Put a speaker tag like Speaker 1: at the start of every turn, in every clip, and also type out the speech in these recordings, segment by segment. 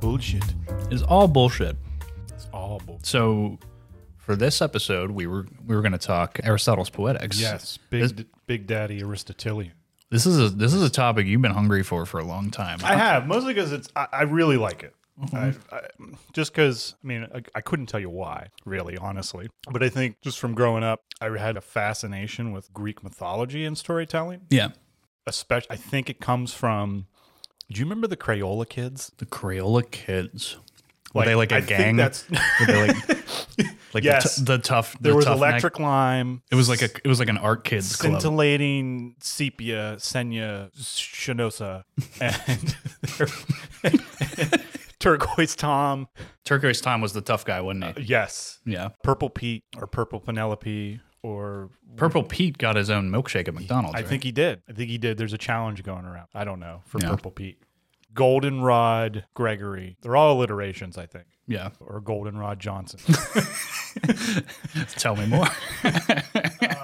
Speaker 1: bullshit.
Speaker 2: It's all bullshit.
Speaker 1: It's all bullshit.
Speaker 2: So for this episode, we were we were going to talk Aristotle's Poetics.
Speaker 1: Yes,
Speaker 2: This-
Speaker 1: big big daddy Aristotelian.
Speaker 2: This is a this is a topic you've been hungry for for a long time.
Speaker 1: I have mostly because it's I, I really like it.
Speaker 2: Mm-hmm.
Speaker 1: I, I, just because I mean I, I couldn't tell you why really honestly, but I think just from growing up I had a fascination with Greek mythology and storytelling.
Speaker 2: yeah,
Speaker 1: Especially I think it comes from. Do you remember the Crayola kids?
Speaker 2: the Crayola kids. Were they like a
Speaker 1: I think
Speaker 2: gang?
Speaker 1: that's-
Speaker 2: Were they like like
Speaker 1: Yes.
Speaker 2: the, t- the tough.
Speaker 1: there
Speaker 2: the
Speaker 1: was
Speaker 2: tough neck-
Speaker 1: Electric Lime.
Speaker 2: It was like a it was like an art kids club.
Speaker 1: scintillating sepia, senya, shinosa, and turquoise tom.
Speaker 2: Turquoise Tom was the tough guy, wasn't
Speaker 1: Uh,
Speaker 2: he?
Speaker 1: Yes,
Speaker 2: Yeah.
Speaker 1: purple Pete or purple Penelope or
Speaker 2: Purple Pete got his own milkshake at McDonald's.
Speaker 1: I
Speaker 2: right?
Speaker 1: think he did. I think he did. There's a challenge going around. I don't know for
Speaker 2: Yeah.
Speaker 1: purple Pete, goldenrod Gregory. They're all alliterations, I think,
Speaker 2: Yeah.
Speaker 1: or goldenrod Johnson.
Speaker 2: Tell me more.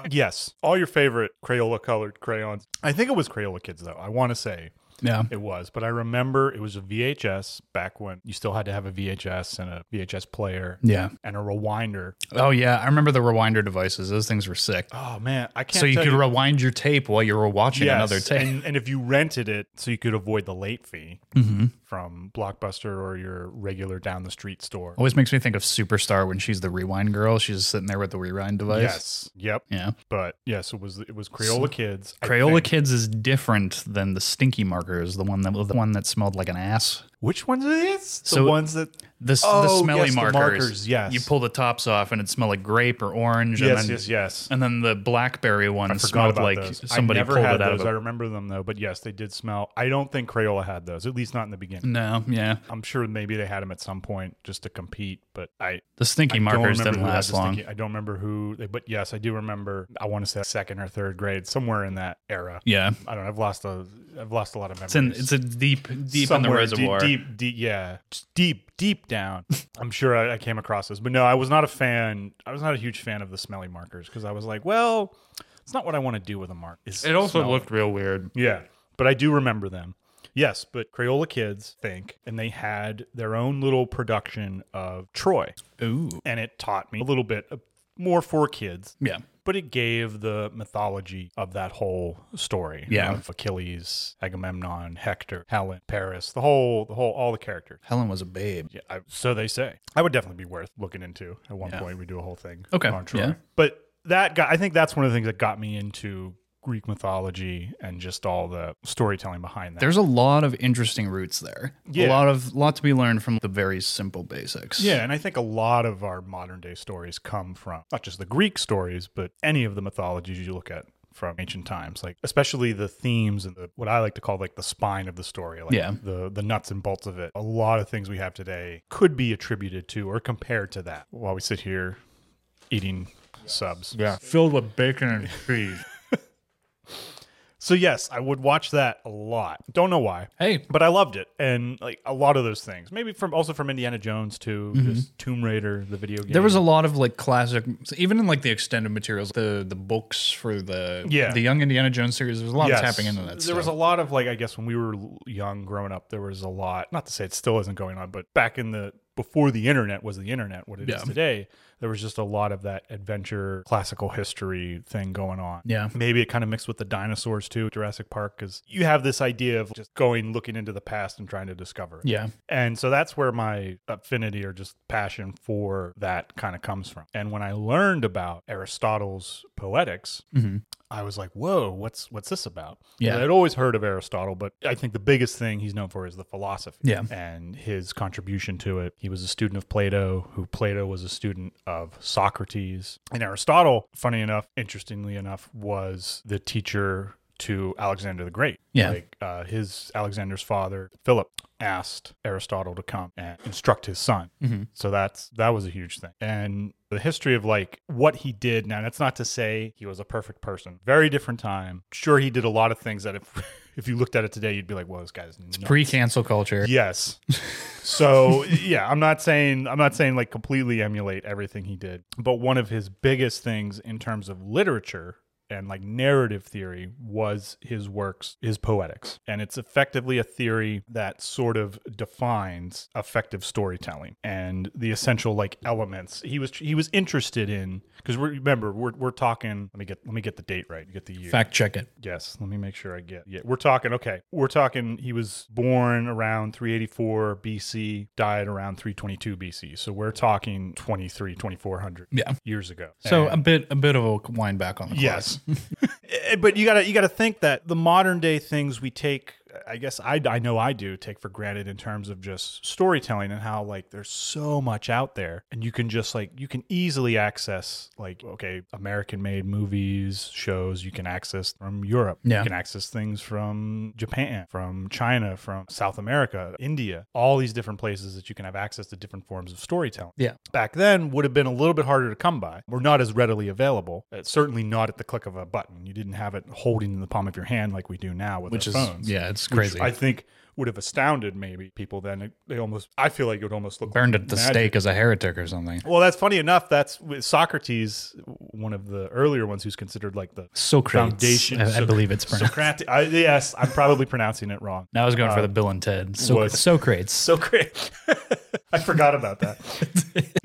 Speaker 1: yes, all your favorite Crayola colored crayons. I think it was Crayola Kids though. I want to say
Speaker 2: yeah.
Speaker 1: It was, but I remember it was a VHS back when you still had to have a VHS and a VHS player
Speaker 2: Yeah.
Speaker 1: and a rewinder.
Speaker 2: Oh yeah, I remember the rewinder devices. Those things were sick.
Speaker 1: Oh man, I can't.
Speaker 2: So you
Speaker 1: tell
Speaker 2: could rewind your tape while you were watching
Speaker 1: Yes,
Speaker 2: another tape.
Speaker 1: and, and if you rented it, so you could avoid the late fee
Speaker 2: Mm-hmm.
Speaker 1: from Blockbuster or your regular down the street store.
Speaker 2: Always makes me think of Superstar when she's the rewind girl. She's just sitting there with the rewind device.
Speaker 1: Yes. Yep.
Speaker 2: Yeah.
Speaker 1: But yes, it was it was Crayola Kids. I
Speaker 2: Crayola
Speaker 1: think.
Speaker 2: Kids is different than the Stinky Markers, the one that the one that smelled like an ass.
Speaker 1: Which ones are these? The
Speaker 2: So-
Speaker 1: ones that
Speaker 2: The, the
Speaker 1: Oh,
Speaker 2: smelly
Speaker 1: yes, the
Speaker 2: markers.
Speaker 1: markers, yes.
Speaker 2: You pull the tops off and it smelled like grape or orange. and
Speaker 1: Yes,
Speaker 2: then,
Speaker 1: yes, yes.
Speaker 2: And then the blackberry one
Speaker 1: forgot
Speaker 2: smelled
Speaker 1: about
Speaker 2: like
Speaker 1: those.
Speaker 2: somebody
Speaker 1: I never
Speaker 2: pulled
Speaker 1: had
Speaker 2: it out
Speaker 1: those.
Speaker 2: of
Speaker 1: I
Speaker 2: a.
Speaker 1: remember them though, but yes, they did smell. I don't think Crayola had those, at least not in the beginning.
Speaker 2: No, yeah.
Speaker 1: I'm sure maybe they had them at some point just to compete, but I
Speaker 2: The stinky
Speaker 1: don't
Speaker 2: markers
Speaker 1: remember
Speaker 2: didn't
Speaker 1: who had
Speaker 2: last
Speaker 1: this
Speaker 2: long.
Speaker 1: thinking- I don't remember who, they, but yes, I do remember. I want to say second or third grade, somewhere in that era.
Speaker 2: Yeah.
Speaker 1: I don't. know. I've lost a. I've lost a lot of memories.
Speaker 2: It's in it's a deep deep
Speaker 1: Somewhere
Speaker 2: in the reservoir.
Speaker 1: Deep, deep, deep yeah, Just deep, deep down. I'm sure I, I came across this, but no, I was not a fan. I was not a huge fan of the smelly markers because I was like, well, it's not what I want to do with a mark. is
Speaker 2: It also
Speaker 1: smell
Speaker 2: looked real weird.
Speaker 1: yeah, but I do remember them. Yes, but Crayola Kids think, and they had their own little production of Troy,
Speaker 2: Ooh.
Speaker 1: and it taught me a little bit of- more for kids.
Speaker 2: Yeah.
Speaker 1: But it gave the mythology of that whole story.
Speaker 2: Yeah.
Speaker 1: Of Achilles, Agamemnon, Hector, Helen, Paris, the whole, the whole, all the characters.
Speaker 2: Helen was a babe.
Speaker 1: Yeah, I, so they say. I would definitely be worth looking into. At one
Speaker 2: Yeah.
Speaker 1: point, we do a whole thing
Speaker 2: Okay,
Speaker 1: on Troy.
Speaker 2: yeah.
Speaker 1: But that got, I think that's one of the things that got me into Greek mythology and just all the storytelling behind that.
Speaker 2: There's a lot of interesting roots there. A
Speaker 1: Yeah.
Speaker 2: lot of lot to be learned from the very simple basics.
Speaker 1: yeah, and I think a lot of our modern day stories come from not just the Greek stories, but any of the mythologies you look at from ancient times, like especially the themes and the, what I like to call like the spine of the story, like
Speaker 2: Yeah.
Speaker 1: the the nuts and bolts of it. A lot of things we have today could be attributed to or compared to that. While we sit here eating subs, yeah.
Speaker 2: Filled with bacon and cheese.
Speaker 1: So yes, I would watch that a lot. Don't know why.
Speaker 2: Hey.
Speaker 1: But I loved it, and like a lot of those things. Maybe from also from Indiana Jones to just Tomb Raider, the video game.
Speaker 2: Mm-hmm. There was a lot of like classic, even in like the extended materials, the the books for the
Speaker 1: Yeah.
Speaker 2: the Young Indiana Jones series. There's a lot of tapping into that.
Speaker 1: There
Speaker 2: stuff.
Speaker 1: was a lot of like I guess when we were l- young growing up, there was a lot. Not to say it still isn't going on, but back in the before the internet was the internet, what it is
Speaker 2: Yeah.
Speaker 1: today, there was just a lot of that adventure, classical history thing going on.
Speaker 2: Yeah.
Speaker 1: maybe it kind of mixed with the dinosaurs too, Jurassic Park, because you have this idea of just going looking into the past and trying to discover it.
Speaker 2: yeah,
Speaker 1: And so that's where my affinity or just passion for that kind of comes from. And when I learned about Aristotle's Poetics,
Speaker 2: Mm-hmm.
Speaker 1: I was like, "Whoa, what's what's this about?"
Speaker 2: Yeah.
Speaker 1: And I'd always heard of Aristotle, but I think the biggest thing he's known for is the philosophy
Speaker 2: Yeah.
Speaker 1: and his contribution to it. He was a student of Plato, who Plato was a student of Socrates. And Aristotle, funny enough, interestingly enough, was the teacher to Alexander the Great.
Speaker 2: Yeah.
Speaker 1: Like uh, his Alexander's father, Philip, asked Aristotle to come and instruct his son. So that's that was a huge thing. And the history of like what he did now, that's not to say he was a perfect person. Very different time. Sure he did a lot of things that if if you looked at it today, you'd be like, well, this guy's nuts.
Speaker 2: pre cancel culture.
Speaker 1: Yes. So yeah, I'm not saying I'm not saying like completely emulate everything he did, but one of his biggest things in terms of literature and like narrative theory was his works, his poetics. And it's effectively a theory that sort of defines effective storytelling and the essential like elements. He was he was interested in because remember we're we're talking. Let me get let me get the date right. Get the year.
Speaker 2: Fact check it.
Speaker 1: Yes, let me make sure I get. Yeah, we're talking. Okay, we're talking. He was born around 384 BC, died around 322 BC. So we're talking 23, 2400
Speaker 2: Yeah.
Speaker 1: years ago.
Speaker 2: So
Speaker 1: And-
Speaker 2: a bit a bit of a wind back on the clock.
Speaker 1: yes, Eh, but you gotta you gotta think that the modern day things we take. I guess I, I know I do take for granted in terms of just storytelling and how like there's so much out there and you can just like you can easily access like okay American made movies shows you can access from Europe
Speaker 2: Yeah.
Speaker 1: you can access things from Japan, from China, from South America, India, all these different places that you can have access to different forms of storytelling.
Speaker 2: Yeah.
Speaker 1: Back then would have been a little bit harder to come by. We're not as readily available. It's certainly not at the click of a button. You didn't have it holding in the palm of your hand like we do now with
Speaker 2: Which
Speaker 1: our
Speaker 2: is
Speaker 1: phones.
Speaker 2: yeah, it's
Speaker 1: Which
Speaker 2: crazy.
Speaker 1: I think would have astounded maybe people then. It- They almost, I feel like it would almost look
Speaker 2: Burned at the
Speaker 1: magic.
Speaker 2: stake as a heretic or something.
Speaker 1: Well, that's funny enough. That's with Socrates, one of the earlier ones who's considered like the
Speaker 2: Socrates.
Speaker 1: Foundation
Speaker 2: I, I
Speaker 1: Soc-
Speaker 2: believe it's pronounced.
Speaker 1: Socratic. I, yes, I'm probably pronouncing it wrong.
Speaker 2: Now I was going for the Bill and Ted. So-
Speaker 1: Uh, was-
Speaker 2: Socrates.
Speaker 1: so great. I forgot about that.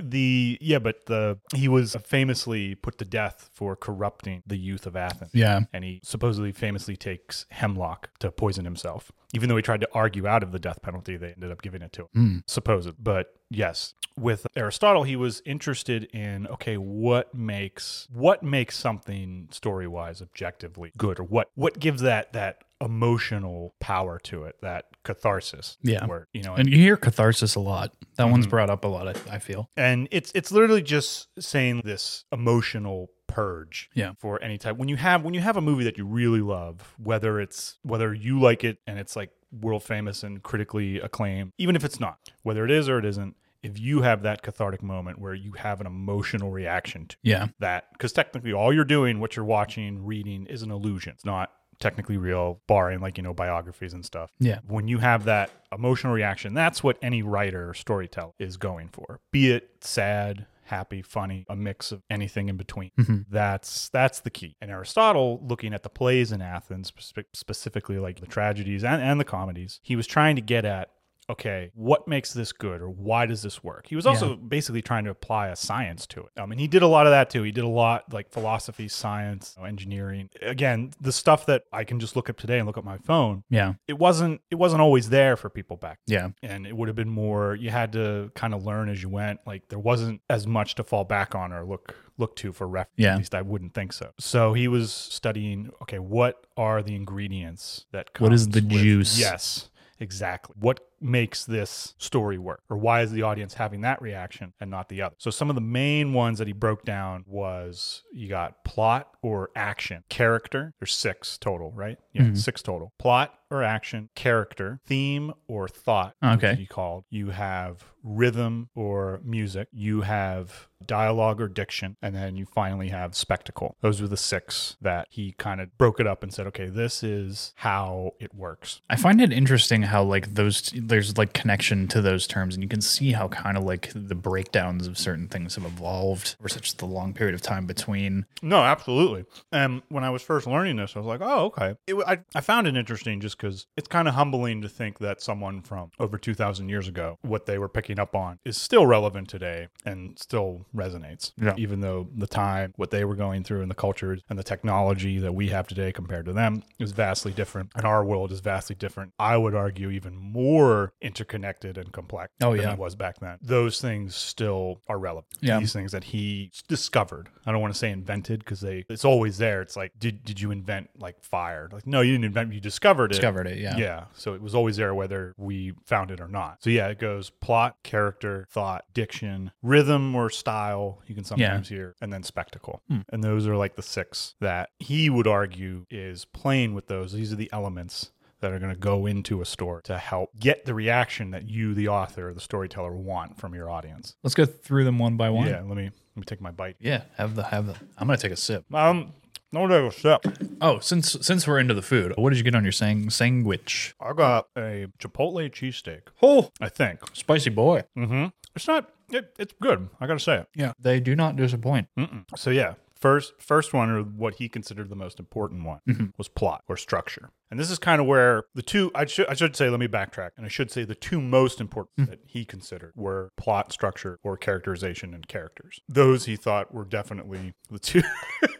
Speaker 1: the yeah, but the he was famously put to death for corrupting the youth of Athens.
Speaker 2: Yeah.
Speaker 1: And he supposedly famously takes hemlock to poison himself. Even though he tried to argue out of the death penalty, they ended up giving it to him.
Speaker 2: Hmm.
Speaker 1: Supposed. But yes, with Aristotle, he was interested in okay, what makes what makes something story wise objectively good, or what what gives that that emotional power to it, that catharsis.
Speaker 2: Yeah.
Speaker 1: Where you know
Speaker 2: And you hear catharsis a lot. That one's
Speaker 1: Mhm.
Speaker 2: brought up a lot, I, I feel.
Speaker 1: and it's it's literally just saying this emotional purge
Speaker 2: Yeah.
Speaker 1: for any type when you have when you have a movie that you really love whether it's whether you like it and it's like world famous and critically acclaimed even if it's not whether it is or it isn't if you have that cathartic moment where you have an emotional reaction to
Speaker 2: Yeah.
Speaker 1: that because technically all you're doing what you're watching reading is an illusion it's not technically real barring like you know biographies and stuff
Speaker 2: Yeah.
Speaker 1: when you have that emotional reaction that's what any writer or storyteller is going for be it sad happy funny a mix of anything in between that's that's the key and aristotle looking at the plays in athens spe- specifically like the tragedies and, and the comedies he was trying to get at okay, what makes this good or why does this work? He was also basically trying to apply a science to it. Um, and he did a lot of that too. He did a lot like philosophy, science, you know, engineering. Again, the stuff that I can just look up today and look up my phone.
Speaker 2: Yeah.
Speaker 1: It wasn't it wasn't always there for people back
Speaker 2: Yeah.
Speaker 1: and it would have been more you had to kind of learn as you went like there wasn't as much to fall back on or look look to for reference
Speaker 2: Yeah.
Speaker 1: at least i wouldn't think so so he was studying okay what are the ingredients that comes
Speaker 2: What is the
Speaker 1: with-
Speaker 2: juice?
Speaker 1: yes exactly what makes this story work or why is the audience having that reaction and not the other so some of the main ones that he broke down was you got plot or action character there's six total right yeah six total plot or action character theme or thought
Speaker 2: Okay.
Speaker 1: be called. You have rhythm or music. You have dialogue or diction. And then you finally have spectacle. Those were the six that he kind of broke it up and said, okay, this is how it works.
Speaker 2: I find it interesting how like those t- there's like connection to those terms, and you can see how kind of like the breakdowns of certain things have evolved over such the long period of time between.
Speaker 1: No, absolutely. And when I was first learning this, I was like, oh, okay. It, wa- I, I found it interesting just because it's kind of humbling to think that someone from over 2,000 years ago, what they were picking up on is still relevant today and still resonates.
Speaker 2: Yeah.
Speaker 1: Even though the time, what they were going through and the culture and the technology that we have today compared to them is vastly different. And our world is vastly different. I would argue even more interconnected and complex
Speaker 2: Oh,
Speaker 1: than
Speaker 2: yeah.
Speaker 1: it was back then. Those things still are relevant.
Speaker 2: Yeah.
Speaker 1: These things that he s- discovered. I don't want to say invented because they it's always there. It's like did did you invent like fire? Like no, you didn't invent. You discovered it.
Speaker 2: Discovered it, yeah.
Speaker 1: Yeah. So it was always there whether we found it or not. So yeah, it goes plot, character, thought, diction, rhythm or style, you can sometimes hear, and then spectacle.
Speaker 2: Hmm.
Speaker 1: And those are like the six that he would argue is playing with those. These are the elements that are going to go into a store to help get the reaction that you, the author, or the storyteller, want from your audience.
Speaker 2: Let's go through them one by one.
Speaker 1: Yeah, let me let me take my bite.
Speaker 2: Yeah, have the have the. I'm gonna take a sip.
Speaker 1: Um, no double step.
Speaker 2: Oh, since since we're into the food, what did you get on your sang sandwich?
Speaker 1: I got a Chipotle cheesesteak.
Speaker 2: Oh,
Speaker 1: I think.
Speaker 2: spicy boy.
Speaker 1: Mm. Mm-hmm. It's not. It, it's good. I gotta say it.
Speaker 2: Yeah, they do not disappoint.
Speaker 1: Mm-mm. So yeah, First, first one, or what he considered the most important one, was plot or structure. And this is kind of where the two I should I should say let me backtrack and I should say the two most important that he considered were plot structure or characterization and characters. Those he thought were definitely the two.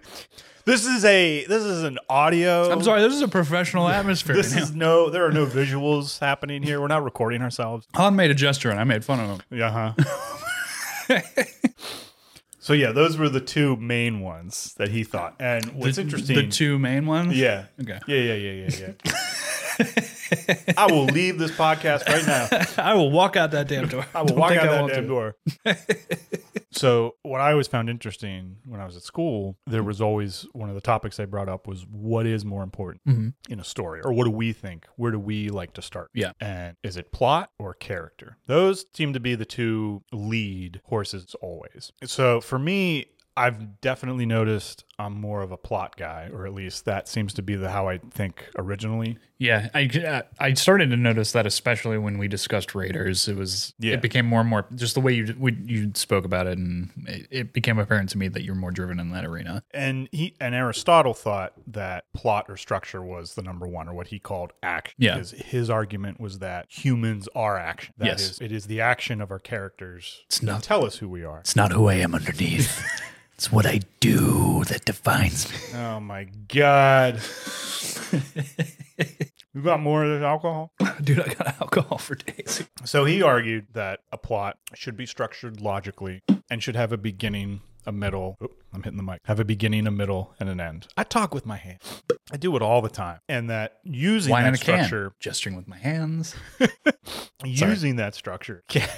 Speaker 1: this is a this is an audio.
Speaker 2: I'm sorry, this is a professional atmosphere.
Speaker 1: This
Speaker 2: right
Speaker 1: is no. There are no visuals happening here. We're not recording ourselves.
Speaker 2: now. Han made a gesture and I made fun of him.
Speaker 1: Yeah. huh
Speaker 2: Uh-huh.
Speaker 1: so yeah, those were the two main ones that he thought. And what's
Speaker 2: The-
Speaker 1: interesting,
Speaker 2: The two main ones.
Speaker 1: yeah,
Speaker 2: Okay.
Speaker 1: yeah, yeah, yeah, yeah, yeah. I will leave this podcast right now.
Speaker 2: I will walk out that damn door.
Speaker 1: I will walk out that damn door. so what I always found interesting when I was at school, there was always one of the topics I brought up was what is more important in a story, or what do we think? Where do we like to start?
Speaker 2: Yeah.
Speaker 1: and is it plot or character? Those seem to be the two lead horses always. So for me. I've definitely noticed I'm more of a plot guy, or at least that seems to be the how I think originally.
Speaker 2: Yeah, I I started to notice that especially when we discussed Raiders, it was
Speaker 1: Yeah.
Speaker 2: it became more and more just the way you we, you spoke about it, and it, it became apparent to me that you're more driven in that arena.
Speaker 1: and he and Aristotle thought that plot or structure was the number one, or what he called action.
Speaker 2: Yeah.
Speaker 1: His, his argument was that humans are action. That
Speaker 2: Yes.
Speaker 1: is- it is the action of our characters
Speaker 2: It's
Speaker 1: that
Speaker 2: not-
Speaker 1: tell us who we are.
Speaker 2: It's not who I am underneath; it's what I do that defines me.
Speaker 1: Oh my god! we got more of this alcohol.
Speaker 2: Dude, I got alcohol for days.
Speaker 1: So he argued that a plot should be structured logically and should have a beginning, a middle. oop, I'm hitting the mic. Have a beginning, a middle, and an end. I talk with my hands. I do it all the time, and that using
Speaker 2: Wine in
Speaker 1: that
Speaker 2: a
Speaker 1: structure.
Speaker 2: can, gesturing with my hands.
Speaker 1: using that structure can,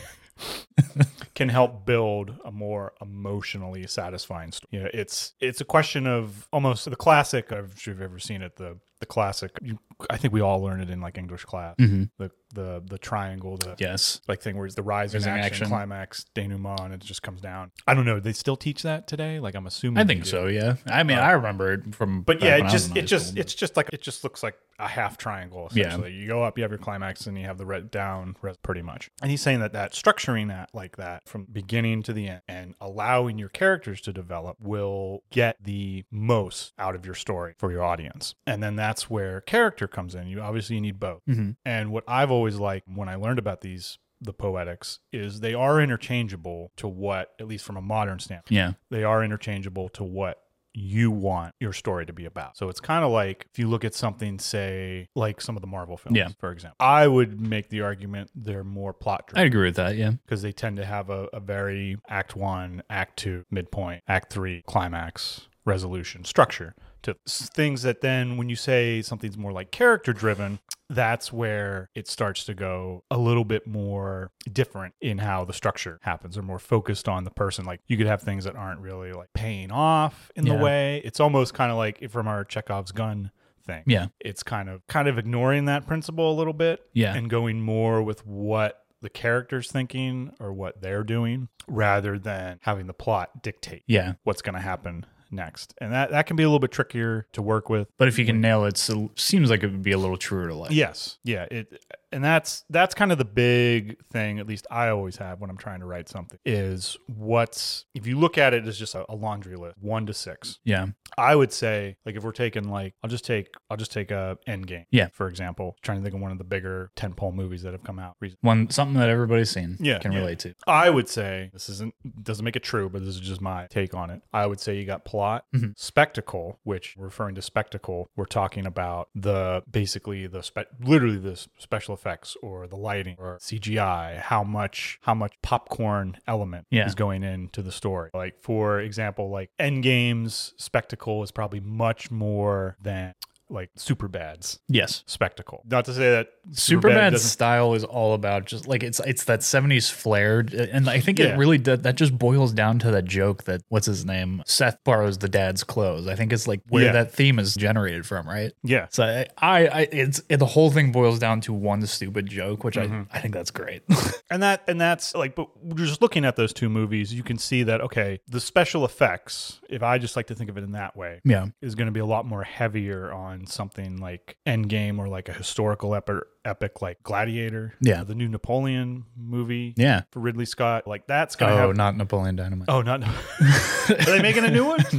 Speaker 1: can help build a more emotionally satisfying story. You know, it's it's a question of almost the classic. I'm sure you've ever seen it. The the classic. You, I think we all learned it in like English class.
Speaker 2: Mm-hmm.
Speaker 1: The the the triangle. The
Speaker 2: Yes,
Speaker 1: like thing where it's the rise in
Speaker 2: Rising
Speaker 1: action,
Speaker 2: action.
Speaker 1: climax, denouement, and it just comes down. I don't know. They still teach that today. Like I'm assuming.
Speaker 2: I
Speaker 1: they
Speaker 2: think
Speaker 1: do.
Speaker 2: so. Yeah, I mean, I remember Uh, it from.
Speaker 1: But
Speaker 2: back
Speaker 1: yeah,
Speaker 2: when
Speaker 1: it
Speaker 2: I was
Speaker 1: just
Speaker 2: in high
Speaker 1: it just
Speaker 2: school, but-
Speaker 1: it's just like it just looks like a half triangle.
Speaker 2: Yeah.
Speaker 1: Essentially, you go up, you have your climax, and you have the red down, res- pretty much. And he's saying that that structuring that like that from beginning to the end and allowing your characters to develop will get the most out of your story for your audience. And then that's where character comes in. You obviously need both.
Speaker 2: Mhm.
Speaker 1: And what I've always liked when I learned about these. The poetics is they are interchangeable to what, at least from a modern standpoint
Speaker 2: yeah,
Speaker 1: they are interchangeable to what you want your story to be about. So it's kind of like if you look at something, say, like some of the Marvel films,
Speaker 2: Yeah.
Speaker 1: for example, I would make the argument they're more plot
Speaker 2: I
Speaker 1: driven
Speaker 2: agree with that. Yeah,
Speaker 1: because they tend to have a, a very act one, act two, midpoint, act three, climax, resolution, structure to s- things that then when you say something's more like character driven, that's where it starts to go a little bit more different in how the structure happens or more focused on the person. Like you could have things that aren't really like paying off in
Speaker 2: Yeah.
Speaker 1: the way. It's almost kind of like from our Chekhov's gun thing
Speaker 2: yeah,
Speaker 1: it's kind of kind of ignoring that principle a little bit
Speaker 2: Yeah.
Speaker 1: and going more with what the character's thinking or what they're doing rather than having the plot dictate
Speaker 2: yeah.
Speaker 1: what's going to happen next and that that can be a little bit trickier to work with
Speaker 2: But if you can nail it, so seems like it would be a little truer to life.
Speaker 1: yes yeah it and that's that's kind of the big thing at least i always have when i'm trying to write something is what's if you look at it as just a, a laundry list one to six
Speaker 2: Yeah.
Speaker 1: I would say, like, if we're taking, like, I'll just take, I'll just take a Endgame,
Speaker 2: Yeah.
Speaker 1: for example. Trying to think of one of the bigger tentpole movies that have come out recently.
Speaker 2: One something that everybody's seen.
Speaker 1: Yeah,
Speaker 2: Can
Speaker 1: yeah.
Speaker 2: relate to.
Speaker 1: I would say this isn't doesn't make it true, but this is just my take on it. I would say you got plot,
Speaker 2: Mhm.
Speaker 1: spectacle, which referring to spectacle, we're talking about the basically the spe- literally the s- special effects or the lighting or CGI, how much how much popcorn element
Speaker 2: Yeah.
Speaker 1: is going into the story. Like for example, like Endgame's spectacle is probably much more than like Superbad's
Speaker 2: Yes.
Speaker 1: spectacle. Not to say that
Speaker 2: Superman's
Speaker 1: doesn't
Speaker 2: style is all about just like it's it's that 70s flair uh, and I think
Speaker 1: Yeah.
Speaker 2: it really that, that just boils down to that joke that what's his name Seth borrows the dad's clothes. I think it's like where
Speaker 1: Yeah.
Speaker 2: that theme is generated from, right?
Speaker 1: yeah.
Speaker 2: So I, I, I it's it, the whole thing boils down to one stupid joke, which
Speaker 1: Mm-hmm.
Speaker 2: I, I think that's great.
Speaker 1: And that and that's like but just looking at those two movies, you can see that okay, the special effects, if I just like to think of it in that way,
Speaker 2: yeah.
Speaker 1: is going to be a lot more heavier on in something like Endgame or like a historical epic, epic like Gladiator.
Speaker 2: Yeah.
Speaker 1: the new Napoleon movie
Speaker 2: Yeah.
Speaker 1: for Ridley Scott. Like that's gonna
Speaker 2: Oh,
Speaker 1: have.
Speaker 2: not Napoleon Dynamite.
Speaker 1: Oh, not. Are they making a new one?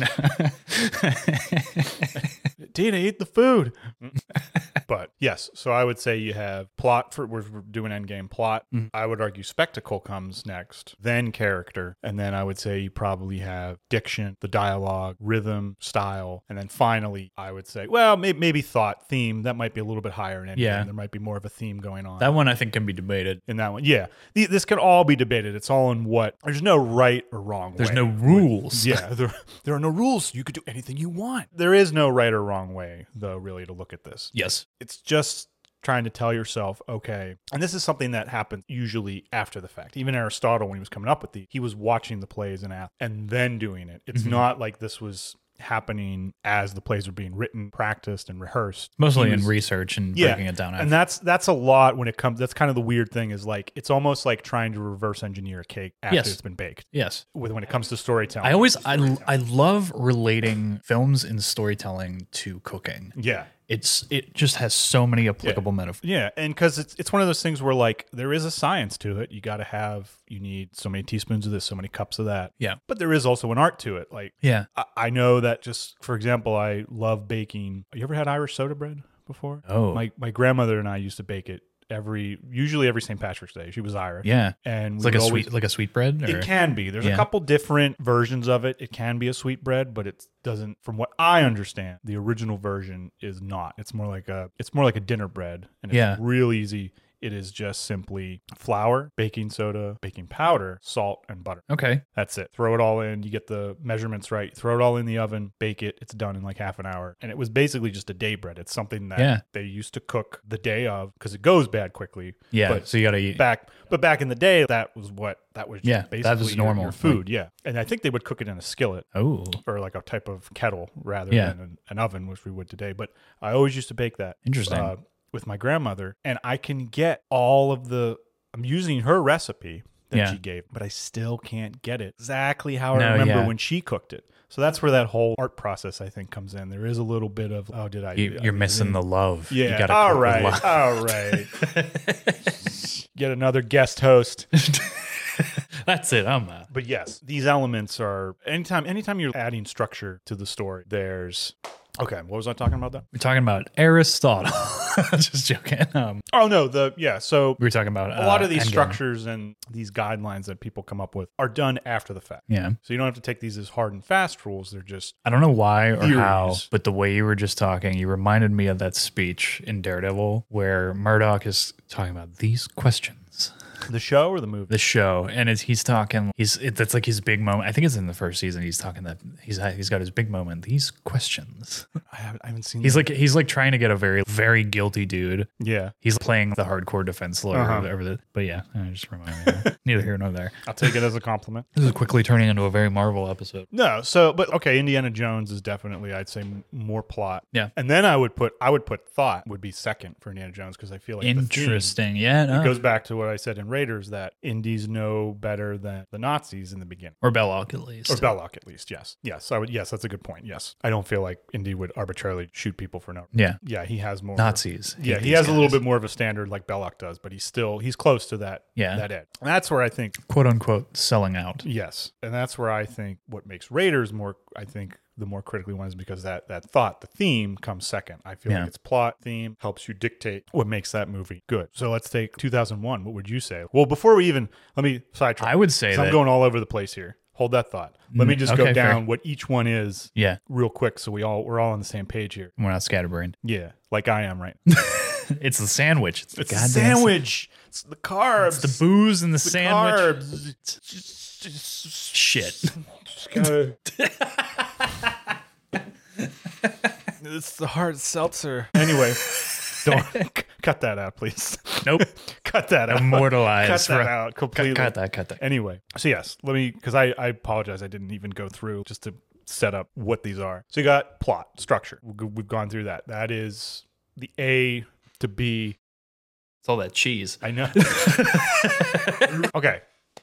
Speaker 1: Dina, eat the food. Mm. but yes, so I would say you have plot for we're we're doing endgame plot.
Speaker 2: Mm-hmm.
Speaker 1: I would argue spectacle comes next, then character, and then I would say you probably have diction, the dialogue, rhythm, style, and then finally I would say, well, may- maybe thought, theme. That might be a little bit higher in endgame.
Speaker 2: Yeah.
Speaker 1: There might be more of a theme going on.
Speaker 2: that one I think can be debated.
Speaker 1: in that one, yeah, The- this can all be debated. It's all in what. There's no right or wrong.
Speaker 2: There's
Speaker 1: way.
Speaker 2: no rules.
Speaker 1: Yeah, there, there are no rules. You could do anything you want. There is no right or wrong way, though, really, to look at this.
Speaker 2: Yes.
Speaker 1: It's just trying to tell yourself, okay, and this is something that happens usually after the fact. Even Aristotle, when he was coming up with the, he was watching the plays and ath- and then doing it. It's not like this was happening as the plays were being written, practiced, and rehearsed.
Speaker 2: Mostly
Speaker 1: He
Speaker 2: in
Speaker 1: was-
Speaker 2: research and breaking it down.
Speaker 1: and that's that's a lot when it comes. That's kind of the weird thing is like it's almost like trying to reverse engineer a cake after
Speaker 2: Yes.
Speaker 1: it's been baked.
Speaker 2: yes.
Speaker 1: With when it comes to storytelling,
Speaker 2: I always I, I love relating films and storytelling to cooking.
Speaker 1: yeah.
Speaker 2: It's it just has so many applicable metaphors.
Speaker 1: Yeah, and because it's it's one of those things where like there is a science to it. You got to have you need so many teaspoons of this, so many cups of that.
Speaker 2: Yeah.
Speaker 1: but there is also an art to it. Like
Speaker 2: Yeah.
Speaker 1: I, I know that just for example, I love baking. You ever had Irish soda bread before?
Speaker 2: Oh.
Speaker 1: my my grandmother and I used to bake it every usually every St. Patrick's Day. She was Irish.
Speaker 2: Yeah.
Speaker 1: and
Speaker 2: It's
Speaker 1: we
Speaker 2: like a
Speaker 1: would always-
Speaker 2: sweet like a sweet bread or
Speaker 1: It can be. There's
Speaker 2: Yeah.
Speaker 1: a couple different versions of it. It can be a sweet bread, but it doesn't. From what I understand, the original version is not. It's more like a. It's more like a dinner bread, and it's
Speaker 2: Yeah.
Speaker 1: real easy. It is just simply flour, baking soda, baking powder, salt, and butter.
Speaker 2: Okay.
Speaker 1: That's it. Throw it all in. You get the measurements right. Throw it all in the oven. Bake it. It's done in like half an hour. And it was basically just a day bread. It's something that
Speaker 2: Yeah.
Speaker 1: they used to cook the day of because it goes bad quickly
Speaker 2: Yeah.
Speaker 1: But-
Speaker 2: so you gotta eat
Speaker 1: back but back in the day that was what that was just
Speaker 2: Yeah, that
Speaker 1: basically
Speaker 2: was
Speaker 1: your-
Speaker 2: normal,
Speaker 1: your food yeah and i think they would cook it in a skillet
Speaker 2: Oh.
Speaker 1: or like a type of kettle rather
Speaker 2: Yeah.
Speaker 1: than an, an oven which we would today but i always used to bake that
Speaker 2: Interesting.
Speaker 1: uh, with my grandmother and i can get all of the i'm using her recipe that
Speaker 2: Yeah.
Speaker 1: she gave but i still can't get it exactly how i
Speaker 2: No,
Speaker 1: remember
Speaker 2: yeah.
Speaker 1: when she cooked it so that's where that whole art process i think comes in there is a little bit of oh did i
Speaker 2: you,
Speaker 1: I
Speaker 2: you're
Speaker 1: mean,
Speaker 2: missing the love. You
Speaker 1: yeah
Speaker 2: gotta
Speaker 1: all
Speaker 2: cook with
Speaker 1: right
Speaker 2: love.
Speaker 1: all right get another guest host
Speaker 2: That's it. I'm out.
Speaker 1: But yes, these elements are anytime anytime you're adding structure to the story, there's Okay, what was I talking about that?
Speaker 2: We're talking about Aristotle. Just joking. Um,
Speaker 1: Oh no, the yeah, so
Speaker 2: we were talking about uh,
Speaker 1: a lot of these structures and these guidelines that people come up with are done after the fact.
Speaker 2: Yeah,
Speaker 1: So you don't have to take these as hard and fast rules, they're just
Speaker 2: I don't know why or how,
Speaker 1: Theories.
Speaker 2: but the way you were just talking, you reminded me of that speech in Daredevil where Murdoch is talking about these questions.
Speaker 1: the show or the movie.
Speaker 2: The show, and it's, he's talking. He's it, that's like his big moment. I think it's in the first season. He's talking that he's he's got his big moment. These questions.
Speaker 1: I haven't, I haven't seen
Speaker 2: He's
Speaker 1: that.
Speaker 2: like he's like trying to get a very very guilty dude
Speaker 1: Yeah.
Speaker 2: He's playing the hardcore defense lawyer
Speaker 1: Uh-huh.
Speaker 2: over the, but yeah, I just remind me. Neither here nor there.
Speaker 1: I'll take it as a compliment.
Speaker 2: This is quickly turning into a very Marvel episode.
Speaker 1: No, so but okay, Indiana Jones is definitely I'd say m- more plot.
Speaker 2: Yeah.
Speaker 1: And then I would put I would put thought would be second for Indiana Jones because I feel like the theme-
Speaker 2: Interesting. Yeah. No.
Speaker 1: It goes back to what I said in Raiders that Indies know better than the Nazis in the beginning.
Speaker 2: or Belloc at least.
Speaker 1: Or Belloc, at least. Yes. Yes. I would. Yes. That's a good point. Yes. I don't feel like Indy would arbitrarily shoot people for no.
Speaker 2: yeah.
Speaker 1: Yeah. He has more.
Speaker 2: Nazis.
Speaker 1: Yeah.
Speaker 2: Hate
Speaker 1: He
Speaker 2: these
Speaker 1: has a little
Speaker 2: guys.
Speaker 1: bit more of a standard like Belloc does, but he's still he's close to that.
Speaker 2: Yeah.
Speaker 1: That edge. And that's where I think.
Speaker 2: quote unquote selling out.
Speaker 1: Yes. And that's where I think what makes Raiders more. I think the more critically one is because that that thought the theme comes second i feel
Speaker 2: Yeah.
Speaker 1: like it's plot theme helps you dictate what makes that movie good so let's take 2001 what would you say well before we even let me sidetrack
Speaker 2: I would say
Speaker 1: 'Cause
Speaker 2: that. Mm,
Speaker 1: I'm going all over the place here. Hold that thought. Let me just
Speaker 2: okay,
Speaker 1: go
Speaker 2: fair.
Speaker 1: down what each one is
Speaker 2: yeah.
Speaker 1: real quick, so we all we're all on the same page here.
Speaker 2: We're not scatterbrained.
Speaker 1: Yeah, like I am right.
Speaker 2: It's the sandwich. It's the
Speaker 1: It's
Speaker 2: goddamn
Speaker 1: the sandwich. It's the carbs.
Speaker 2: sa- The booze and the, sandwich.
Speaker 1: carbs.
Speaker 2: Shit.
Speaker 1: it's the hard seltzer. Anyway, don't cut that out, please.
Speaker 2: Nope.
Speaker 1: cut that out. Cut
Speaker 2: Immortalized.
Speaker 1: that
Speaker 2: Right.
Speaker 1: out completely.
Speaker 2: Cut, cut that. Cut that.
Speaker 1: Anyway, so yes, let me because I, I apologize I didn't even go through just to set up what these are. So you got plot structure. We've g- We've gone through that. That is the A to B.
Speaker 2: It's all that cheese.
Speaker 1: I know. okay,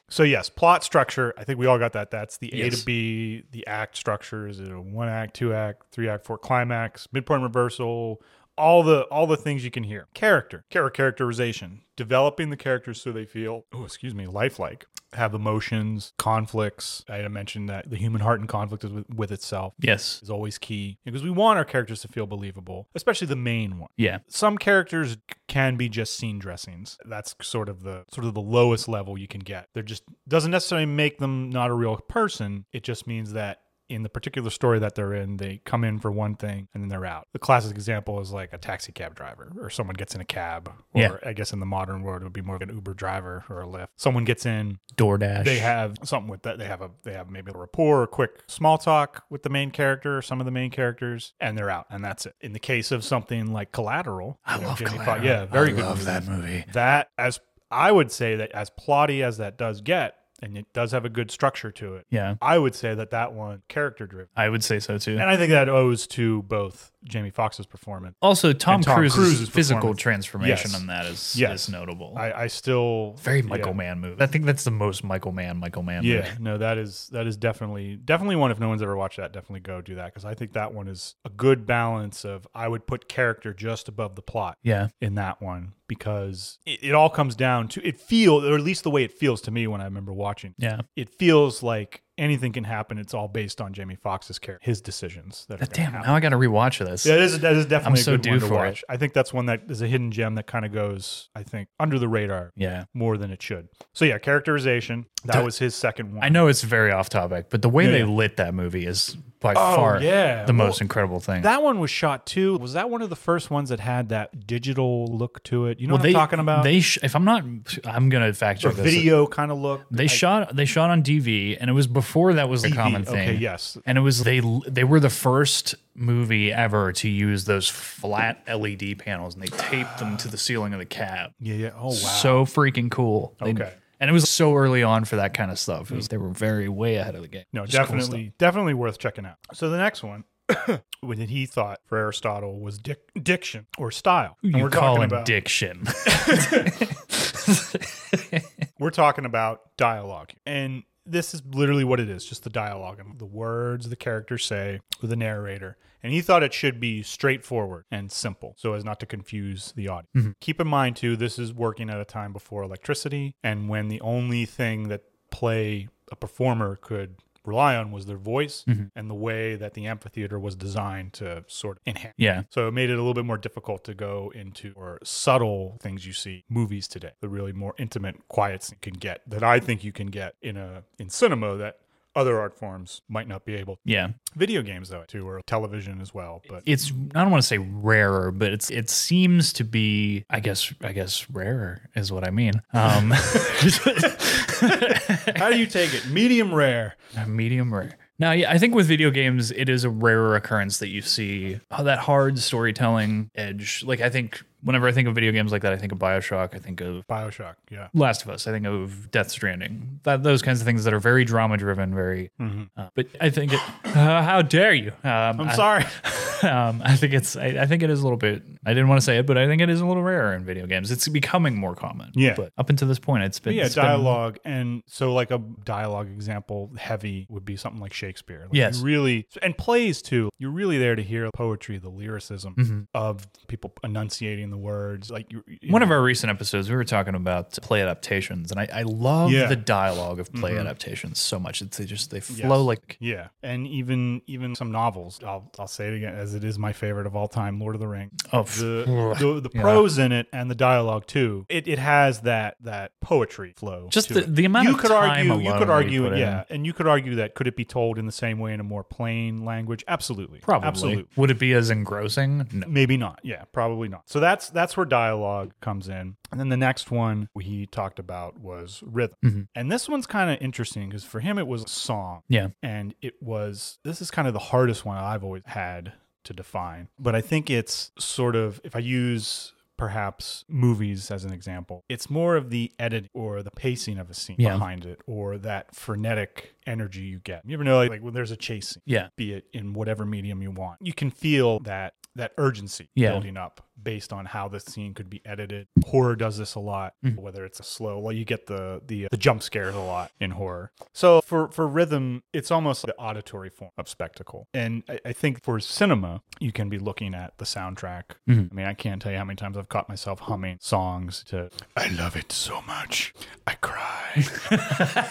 Speaker 1: So yes, plot structure. I think we all got that. That's the A
Speaker 2: Yes.
Speaker 1: to B, the act structure. Is it a one act, two act, three act, four climax, midpoint reversal? All the all the things you can hear. Character, character characterization, developing the characters so they feel oh excuse me lifelike, have emotions, conflicts. I had mentioned that the human heart in conflict is with, with itself
Speaker 2: Yes.
Speaker 1: is always key because we want our characters to feel believable, especially the main one
Speaker 2: Yeah.
Speaker 1: some characters can be just scene dressings. That's sort of the sort of the lowest level you can get. They're just doesn't necessarily make them not a real person. It just means that in the particular story that they're in, they come in for one thing and then they're out. The classic example is like a taxi cab driver or someone gets in a cab or
Speaker 2: Yeah.
Speaker 1: I guess in the modern world it would be more of an Uber driver or a Lyft. Someone gets in,
Speaker 2: DoorDash.
Speaker 1: they have something with that. They have a they have maybe a rapport, a quick small talk with the main character, or some of the main characters, and they're out, and that's it. In the case of something like Collateral,
Speaker 2: I
Speaker 1: you know,
Speaker 2: love
Speaker 1: Jamie Foxx-
Speaker 2: Collateral.
Speaker 1: yeah, very
Speaker 2: I
Speaker 1: good.
Speaker 2: Love
Speaker 1: movie.
Speaker 2: that movie.
Speaker 1: That as I would say that as plotty as that does get, and it does have a good structure to it.
Speaker 2: Yeah.
Speaker 1: I would say that that one character driven,
Speaker 2: I would say so too.
Speaker 1: and I think that owes to both Jamie Foxx's performance.
Speaker 2: also, Tom,
Speaker 1: and Tom
Speaker 2: Cruise's,
Speaker 1: Cruise's
Speaker 2: physical
Speaker 1: performance.
Speaker 2: transformation
Speaker 1: Yes.
Speaker 2: on that is
Speaker 1: Yes.
Speaker 2: is notable.
Speaker 1: I, I still
Speaker 2: Very
Speaker 1: yeah.
Speaker 2: Michael Mann movie. I think that's the most Michael Mann Michael Mann movie.
Speaker 1: Yeah, no, that is that is definitely definitely one. If no one's ever watched that, definitely go do that because I think that one is a good balance of I would put character just above the plot
Speaker 2: Yeah.
Speaker 1: in that one because it, it all comes down to it feel or at least the way it feels to me when I remember watching.
Speaker 2: Yeah.
Speaker 1: It feels like anything can happen. It's all based on Jamie Foxx's character, his decisions. That are gonna
Speaker 2: Damn,
Speaker 1: happen.
Speaker 2: now I got to rewatch this.
Speaker 1: Yeah, that is that is definitely a
Speaker 2: so
Speaker 1: good
Speaker 2: due
Speaker 1: one to
Speaker 2: for it.
Speaker 1: watch. I think that's one that is a hidden gem that kind of goes, I think, under the radar
Speaker 2: Yeah.
Speaker 1: more than it should. So yeah, characterization. That
Speaker 2: Duh.
Speaker 1: was his second one.
Speaker 2: I know it's very off topic, but the way
Speaker 1: Yeah,
Speaker 2: they
Speaker 1: yeah.
Speaker 2: lit that movie is by
Speaker 1: Oh,
Speaker 2: far
Speaker 1: yeah.
Speaker 2: the
Speaker 1: Well,
Speaker 2: most incredible thing.
Speaker 1: That one was shot too. Was that one of the first ones that had that digital look to it? You know
Speaker 2: Well,
Speaker 1: what I'm talking about?
Speaker 2: They, sh- if I'm not, I'm gonna fact
Speaker 1: a
Speaker 2: check this.
Speaker 1: video kind of look.
Speaker 2: They shot, they shot on DV, and it was before that was the common thing.
Speaker 1: Okay, yes.
Speaker 2: And it was they, they were the first movie ever to use those flat LED panels, and they taped them to the ceiling of the cab.
Speaker 1: Yeah, yeah. Oh wow.
Speaker 2: So freaking cool. They-
Speaker 1: Okay.
Speaker 2: And it was so early on for that kind of stuff. It was, they were very way ahead of the game.
Speaker 1: no,
Speaker 2: Just cool
Speaker 1: definitely, definitely worth checking out. So the next one, what did he thought for Aristotle was dic- diction or style.
Speaker 2: stuff.
Speaker 1: And
Speaker 2: You call him
Speaker 1: about,
Speaker 2: diction.
Speaker 1: We're talking about dialogue, and this is literally what it is: just the dialogue and the words the characters say with the narrator. And he thought it should be straightforward and simple, so as not to confuse the audience. Keep in mind too, this is working at a time before electricity, and when the only thing that play a performer could rely on was their voice and the way that the amphitheater was designed to sort of enhance.
Speaker 2: yeah.
Speaker 1: So it made it a little bit more difficult to go into or subtle things you see movies today. The really more intimate, quiet you can get that I think you can get in a in cinema that other art forms might not be able.
Speaker 2: Yeah.
Speaker 1: Video games though too, or television as well. But
Speaker 2: it's I don't want to say rarer, but it's it seems to be I guess I guess rarer is what I mean. Um,
Speaker 1: how do you take it? Medium rare.
Speaker 2: medium rare. Now, yeah, I think with video games, it is a rarer occurrence that you see oh, that hard storytelling edge. Like I think whenever I think of video games like that, I think of Bioshock, I think of
Speaker 1: Bioshock. Yeah.
Speaker 2: Last of Us, I think of Death Stranding, that those kinds of things that are very drama driven, very. uh, but I think it. Uh, how dare you? Um,
Speaker 1: Mm-hmm. I'm
Speaker 2: I-
Speaker 1: sorry.
Speaker 2: um, I think it's. I, I think it is a little bit. I didn't want to say it, but I think it is a little rarer in video games. It's becoming more common.
Speaker 1: Yeah.
Speaker 2: But up until this point, it's been.
Speaker 1: yeah,
Speaker 2: it's been-
Speaker 1: dialogue, and so like a dialogue example, heavy would be something like Shakespeare. Like
Speaker 2: Yes.
Speaker 1: you really and plays too. You're really there to hear poetry, the lyricism of people enunciating the words. Like you, you
Speaker 2: one of our recent episodes, we were talking about play adaptations, and I, I love
Speaker 1: Yeah. Mm-hmm.
Speaker 2: the dialogue of play adaptations so much. It's they just they flow like
Speaker 1: Yeah, and even even some novels. I'll I'll say it again, as it is my favorite of all time, Lord of the Ring.
Speaker 2: oh
Speaker 1: The the, the prose in it and the dialogue too. It it has that that poetry flow.
Speaker 2: Just
Speaker 1: to
Speaker 2: the-
Speaker 1: it.
Speaker 2: the amount
Speaker 1: you
Speaker 2: of
Speaker 1: could
Speaker 2: time
Speaker 1: argue you
Speaker 2: alone
Speaker 1: could
Speaker 2: that he
Speaker 1: argue
Speaker 2: put in.
Speaker 1: yeah, and you could argue that could it be told in the same way in a more plain language? Absolutely,
Speaker 2: probably
Speaker 1: absolutely.
Speaker 2: would it be as engrossing? No.
Speaker 1: Maybe not. Yeah, probably not. So that's that's where dialogue comes in. And then the next one he talked about was rhythm.
Speaker 2: Mm-hmm.
Speaker 1: And this one's kind of interesting because for him it was a song
Speaker 2: Yeah.
Speaker 1: and it was this is kind of the hardest one I've always had to define, but I think it's sort of if I use perhaps movies as an example, it's more of the edit or the pacing of a scene
Speaker 2: Yeah.
Speaker 1: behind it or that frenetic energy you get. You ever know like, like when there's a chase scene,
Speaker 2: Yeah.
Speaker 1: be it in whatever medium you want, you can feel that that urgency
Speaker 2: Yeah.
Speaker 1: building up based on how the scene could be edited. Horror does this a lot, whether it's a slow. Well, you get the the, the jump scares a lot in horror. So for for rhythm, it's almost the auditory form of spectacle. And I, I think for cinema, you can be looking at the soundtrack. I mean, I can't tell you how many times I've caught myself humming songs to "I love it so much, I cry."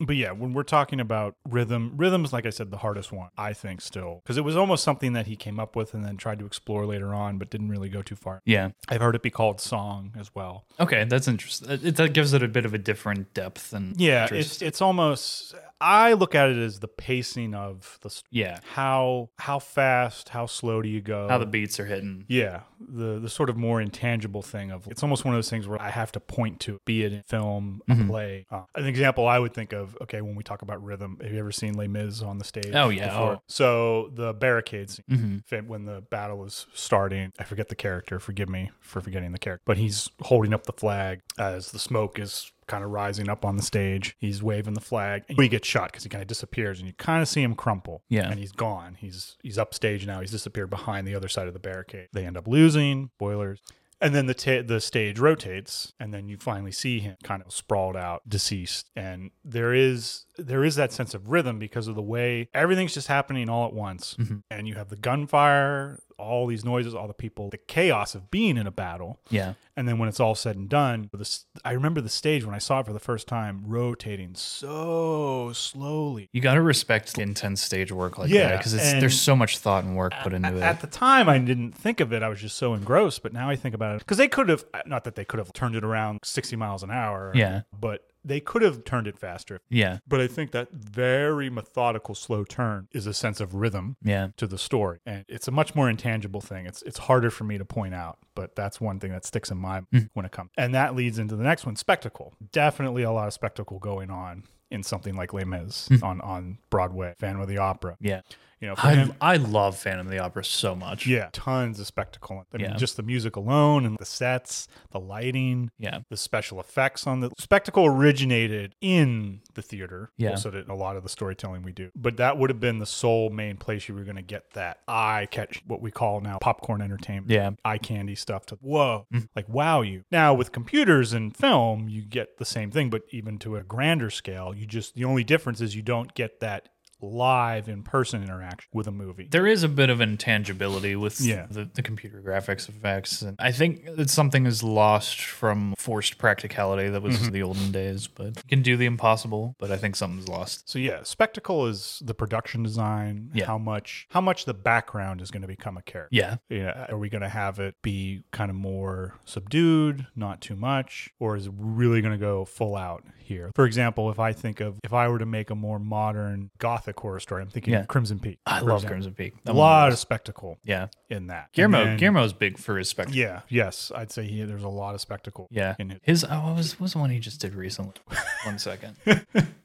Speaker 1: But yeah, when we're talking about rhythm, rhythm's like I said the hardest one, I think still, because it was almost something that he came up with and then tried to explore later on, but didn't really go too far.
Speaker 2: Yeah.
Speaker 1: I've heard it be called song as well.
Speaker 2: Okay, that's interesting. It, that gives it a bit of a different depth and
Speaker 1: Yeah,
Speaker 2: interest.
Speaker 1: it's it's almost I look at it as the pacing of the st-
Speaker 2: yeah.
Speaker 1: how how fast, how slow do you go?
Speaker 2: How the beats are hitting.
Speaker 1: yeah, the the sort of more intangible thing of it's almost one of those things where I have to point to, it, be it in film, a
Speaker 2: Mm-hmm.
Speaker 1: play. Uh, an example I would think of, okay, when we talk about rhythm, have you ever seen Les Mis on the stage?
Speaker 2: Oh, yeah. Mm-hmm.
Speaker 1: before?
Speaker 2: Oh.
Speaker 1: So the barricades when the battle is starting, I forget the character. Forgive me for forgetting the character, but he's holding up the flag as the smoke is kind of rising up on the stage. He's waving the flag. He gets shot because he kind of disappears, and you kind of see him crumple.
Speaker 2: Yeah.
Speaker 1: and he's gone. He's he's upstage now. He's disappeared behind the other side of the barricade. They end up losing. Boilers. And then the ta the stage rotates, and then you finally see him kind of sprawled out, deceased. And there is there is that sense of rhythm because of the way everything's just happening all at once, and you have the gunfire, all these noises, all the people, the chaos of being in a battle.
Speaker 2: Yeah.
Speaker 1: And then when it's all said and done, the, s- I remember the stage when I saw it for the first time rotating so slowly.
Speaker 2: You got to respect intense stage work like
Speaker 1: Yeah,
Speaker 2: that because
Speaker 1: and-
Speaker 2: there's so much thought and work put into it.
Speaker 1: At the time, I didn't think of it. I was just so engrossed. But now I think about it because they could have, not that they could have turned it around 60 miles an hour.
Speaker 2: Yeah.
Speaker 1: But they could have turned it faster.
Speaker 2: yeah.
Speaker 1: But I think that very methodical, slow turn is a sense of rhythm
Speaker 2: Yeah.
Speaker 1: to the story. And it's a much more intangible thing. It's it's harder for me to point out, but that's one thing that sticks in my when it comes. And that leads into the next one, spectacle. Definitely a lot of spectacle going on in something like Les Mis on on Broadway, Phantom of the Opera.
Speaker 2: Yeah.
Speaker 1: You know, for
Speaker 2: I,
Speaker 1: him-
Speaker 2: I love Phantom of the Opera so much.
Speaker 1: yeah, tons of spectacle. I mean,
Speaker 2: Yeah.
Speaker 1: just the music alone and the sets, the lighting,
Speaker 2: Yeah.
Speaker 1: the special effects on the spectacle originated in the theater.
Speaker 2: Yeah.
Speaker 1: Also, did a lot of the storytelling we do, but that would have been the sole main place you were going to get that eye catch, what we call now popcorn entertainment.
Speaker 2: Yeah. Mm-hmm.
Speaker 1: Eye candy stuff to whoa, like wow you. Now with computers and film, you get the same thing, but even to a grander scale, you just the only difference is you don't get that live in person interaction with a movie.
Speaker 2: There is a bit of intangibility with
Speaker 1: Yeah.
Speaker 2: the, the computer graphics effects. And I think that something is lost from forced practicality that
Speaker 1: Mm-hmm.
Speaker 2: was the olden days. But you can do the impossible, but I think something's lost.
Speaker 1: So yeah, spectacle is the production design,
Speaker 2: Yeah.
Speaker 1: how much how much the background is going to become a character.
Speaker 2: Yeah.
Speaker 1: Yeah. Are we going to have it be kind of more subdued, not too much, or is it really going to go full out here? For example, if I think of if I were to make a more modern gothic horror story, I'm thinking
Speaker 2: Yeah.
Speaker 1: Crimson Peak.
Speaker 2: I
Speaker 1: for
Speaker 2: love
Speaker 1: example.
Speaker 2: Crimson Peak.
Speaker 1: A
Speaker 2: I'm all
Speaker 1: lot
Speaker 2: over
Speaker 1: of spectacle
Speaker 2: it. Yeah.
Speaker 1: in that. And
Speaker 2: Guillermo
Speaker 1: then-
Speaker 2: Guillermo's big for his spectacle.
Speaker 1: Yeah. Yes, I'd say he, there's a lot of spectacle.
Speaker 2: Yeah.
Speaker 1: In it.
Speaker 2: His oh, what was what was the one he just did recently? One second.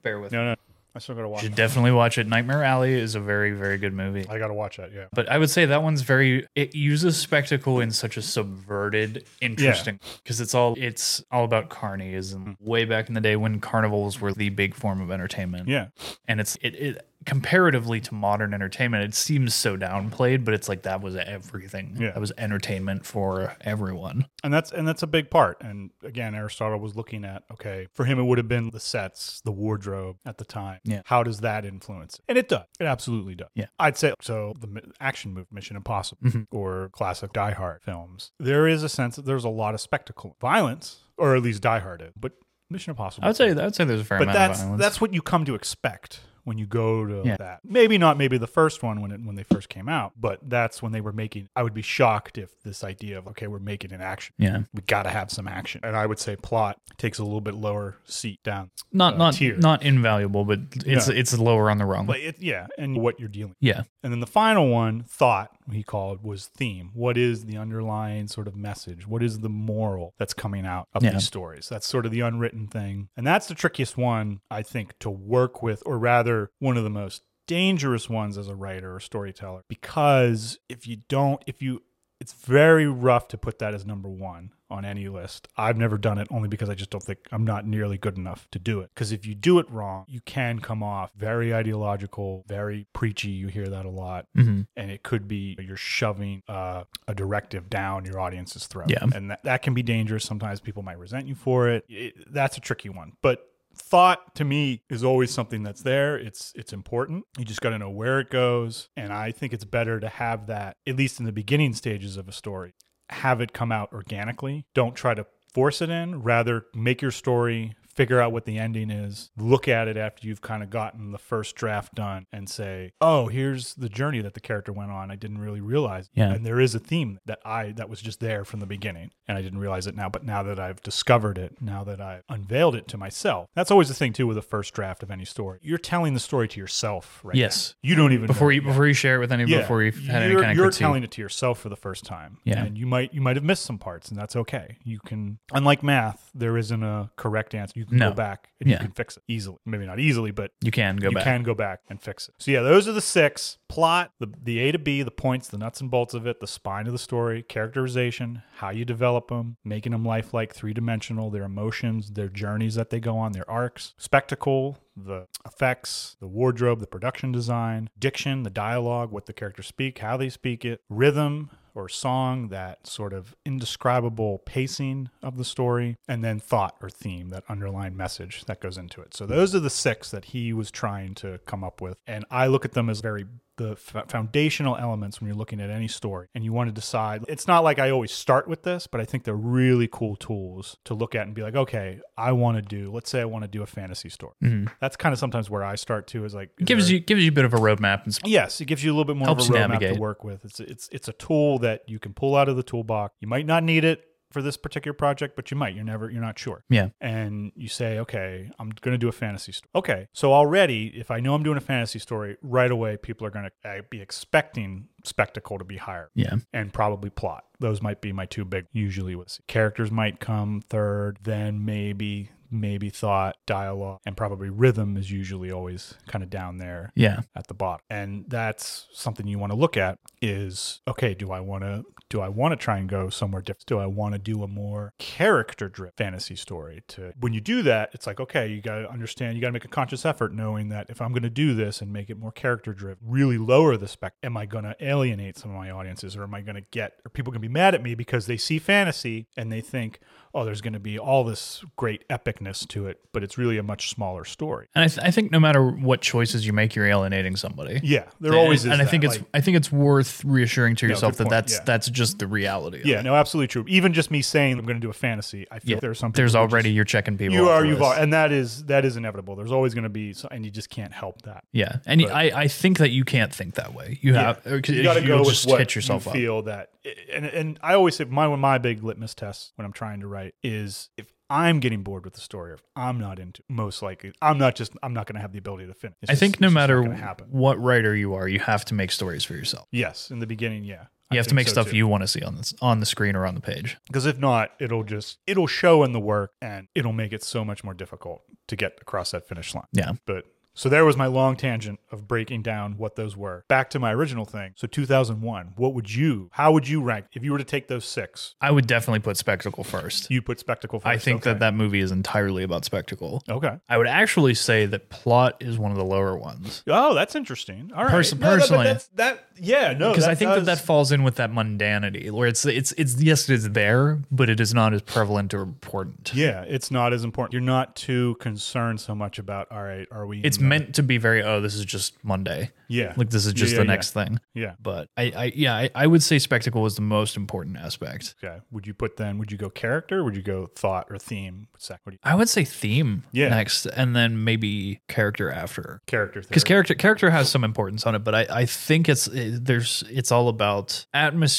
Speaker 2: Bear with me.
Speaker 1: No, no. I still got to watch.
Speaker 2: You should
Speaker 1: it.
Speaker 2: definitely watch it. Nightmare Alley is a very, very good movie.
Speaker 1: I got to watch that. Yeah.
Speaker 2: But I would say that one's very it uses spectacle in such a subverted, interesting because it's all it's all about carnies and
Speaker 1: Mm.
Speaker 2: way back in the day when carnivals were the big form of entertainment.
Speaker 1: Yeah.
Speaker 2: And it's it, it comparatively to modern entertainment, it seems so downplayed, but it's like that was everything.
Speaker 1: Yeah.
Speaker 2: That was entertainment for everyone.
Speaker 1: and that's and that's a big part and again aristotle was looking at okay for him it would have been the sets the wardrobe at the time
Speaker 2: Yeah.
Speaker 1: how does that influence it? and it does it absolutely does
Speaker 2: Yeah. Mm-hmm.
Speaker 1: i'd say so the mi- action movie mission impossible or classic die hard films there is a sense that there's a lot of spectacle violence or at least die hard is, but mission impossible
Speaker 2: I would say I would say there's a fair
Speaker 1: but
Speaker 2: amount
Speaker 1: that's
Speaker 2: of violence.
Speaker 1: that's what you come to expect when you go to
Speaker 2: Yeah.
Speaker 1: that. Maybe not maybe the first one when it, when they first came out, but that's when they were making. I would be shocked if this idea of okay, we're making an action.
Speaker 2: Yeah.
Speaker 1: we got to have some action, and I would say plot takes a little bit lower seat down.
Speaker 2: not
Speaker 1: uh,
Speaker 2: not
Speaker 1: tier.
Speaker 2: not invaluable, but it's it's lower on the rung.
Speaker 1: But it, yeah, and what you're dealing.
Speaker 2: yeah,
Speaker 1: And then the final one, thought, he called, was theme. What is the underlying sort of message? What is the moral that's coming out of
Speaker 2: Yeah.
Speaker 1: these stories? That's sort of the unwritten thing. And that's the trickiest one, I think, to work with, or rather, one of the most dangerous ones as a writer or storyteller. Because if you don't, if you it's very rough to put that as number one on any list. I've never done it only because I just don't think I'm not nearly good enough to do it. Because if you do it wrong, you can come off very ideological, very preachy. You hear that a lot. And it could be you're shoving uh, a directive down your audience's throat.
Speaker 2: Yeah.
Speaker 1: And that, that can be dangerous. Sometimes people might resent you for it. it. That's a tricky one. But thought to me is always something that's there it's it's important you just got to know where it goes and i think it's better to have that at least in the beginning stages of a story have it come out organically don't try to force it in rather make your story figure out what the ending is look at it after you've kind of gotten the first draft done and say oh here's the journey that the character went on i didn't really realize
Speaker 2: Yeah.
Speaker 1: and there is a theme that i that was just there from the beginning and i didn't realize it now but now that i've discovered it now that i've unveiled it to myself that's always the thing too with a first draft of any story you're telling the story to yourself right
Speaker 2: Yes.
Speaker 1: now. you don't even know
Speaker 2: Before
Speaker 1: it
Speaker 2: you
Speaker 1: yet.
Speaker 2: before you share it with any
Speaker 1: Yeah.
Speaker 2: before you've
Speaker 1: You're-
Speaker 2: had any kind
Speaker 1: you're
Speaker 2: of critique.
Speaker 1: telling it to yourself for the first time
Speaker 2: Yeah.
Speaker 1: and you might you might have missed some parts and that's okay you can unlike math there isn't a correct answer you can
Speaker 2: No.
Speaker 1: go back and
Speaker 2: Yeah.
Speaker 1: you can fix it easily maybe not easily but
Speaker 2: you can go
Speaker 1: you
Speaker 2: back.
Speaker 1: can go back and fix it so yeah those are the six plot the, the a to b the points the nuts and bolts of it the spine of the story characterization how you develop them making them lifelike three-dimensional their emotions their journeys that they go on their arcs spectacle the effects, the wardrobe, the production design, diction, the dialogue, what the characters speak, how they speak it, rhythm or song, that sort of indescribable pacing of the story, and then thought or theme, that underlying message that goes into it. So those are the six that he was trying to come up with. And I look at them as very the f- foundational elements when you're looking at any story and you want to decide it's not like i always start with this but i think they're really cool tools to look at and be like okay i want to do let's say i want to do a fantasy story that's kind of sometimes where i start too is like is
Speaker 2: gives
Speaker 1: there-
Speaker 2: you gives you a bit of a roadmap and sp-
Speaker 1: yes it gives you a little bit more
Speaker 2: Helps
Speaker 1: of a roadmap
Speaker 2: navigate.
Speaker 1: to work with it's it's it's a tool that you can pull out of the toolbox you might not need it for this particular project but you might you're never you're not sure
Speaker 2: yeah.
Speaker 1: and you say, okay, I'm going to do a fantasy story. Okay. So already, if I know I'm doing a fantasy story, right away, people are going to be expecting spectacle to be higher
Speaker 2: Yeah.
Speaker 1: and probably plot. Those might be my two big, usually was characters might come third, then maybe, maybe thought, dialogue, and probably rhythm is usually always kind of down there
Speaker 2: Yeah.
Speaker 1: at the bottom. And that's something you want to look at is okay, do I want to do I want to try and go somewhere different? Do I want to do a more character driven fantasy story to when you do that, it's like okay, you got to understand, you got to make a conscious effort knowing that if I'm going to do this and make it more character driven, really lower the spec, am I going to alienate some of my audiences or am I going to get are people going to be mad at me because they see fantasy and they think, "Oh, there's going to be all this great epicness to it, but it's really a much smaller story."
Speaker 2: And I, th- I think no matter what choices you make, you're alienating somebody.
Speaker 1: Yeah, there always is.
Speaker 2: and I
Speaker 1: that,
Speaker 2: think it's
Speaker 1: like-
Speaker 2: I think it's worth reassuring to yourself
Speaker 1: good
Speaker 2: that
Speaker 1: point,
Speaker 2: that's
Speaker 1: yeah.
Speaker 2: that's just the reality. of
Speaker 1: Yeah,
Speaker 2: it.
Speaker 1: no, absolutely true. Even just me saying I'm going to do a fantasy, I think
Speaker 2: Yeah.
Speaker 1: there's something.
Speaker 2: There's already you're checking people.
Speaker 1: you are
Speaker 2: off the
Speaker 1: you've
Speaker 2: list.
Speaker 1: al- and that is that is inevitable. There's always going to be, so, and you just can't help that.
Speaker 2: Yeah, and I I think that you can't think that way. You have or
Speaker 1: You
Speaker 2: you
Speaker 1: got to go
Speaker 2: will
Speaker 1: with
Speaker 2: just
Speaker 1: what
Speaker 2: hit yourself
Speaker 1: you
Speaker 2: up.
Speaker 1: feel that, and and I always say my one of my big litmus tests when I'm trying to write is if I'm getting bored with the story, or if I'm not into, most likely I'm not just I'm not going to have the ability to finish. It's
Speaker 2: I
Speaker 1: just-
Speaker 2: think no
Speaker 1: it's just not
Speaker 2: matter
Speaker 1: gonna happen.
Speaker 2: what writer you are, you have to make stories for yourself.
Speaker 1: Yes, in the beginning, yeah,
Speaker 2: You have to make stuff you want to see on this on the screen or on the page.
Speaker 1: because if not, it'll just it'll show in the work, and it'll make it so much more difficult to get across that finish line.
Speaker 2: Yeah.
Speaker 1: But so there was my long tangent of breaking down what those were. Back to my original thing. So 2001, what would you, how would you rank if you were to take those six?
Speaker 2: I would definitely put spectacle first.
Speaker 1: You put spectacle first.
Speaker 2: I think
Speaker 1: okay.
Speaker 2: that that movie is entirely about spectacle.
Speaker 1: Okay.
Speaker 2: I would actually say that plot is one of the lower ones
Speaker 1: Oh, that's interesting. All right.
Speaker 2: Pers-
Speaker 1: No, no, but
Speaker 2: personally.
Speaker 1: that's- Oh, that yeah no
Speaker 2: because I think
Speaker 1: does-
Speaker 2: that that falls in with that mundanity where it's it's it's yes it is there but it is not as prevalent or important.
Speaker 1: yeah it's not as important. You're not too concerned so much about all right. Are we?
Speaker 2: It's
Speaker 1: in the-
Speaker 2: meant to be very oh this is just Monday
Speaker 1: yeah
Speaker 2: like this is
Speaker 1: Yeah,
Speaker 2: just
Speaker 1: yeah,
Speaker 2: the
Speaker 1: yeah.
Speaker 2: next thing.
Speaker 1: yeah.
Speaker 2: But I, I yeah, I, I would say spectacle was the most important aspect.
Speaker 1: Okay. Would you put then? Would you go character? Would you go thought or theme? Second. What do you,
Speaker 2: I would say theme
Speaker 1: Yeah.
Speaker 2: next, and then maybe character after.
Speaker 1: character.
Speaker 2: Because character character has some importance on it, but I, I think it's it, there's it's all about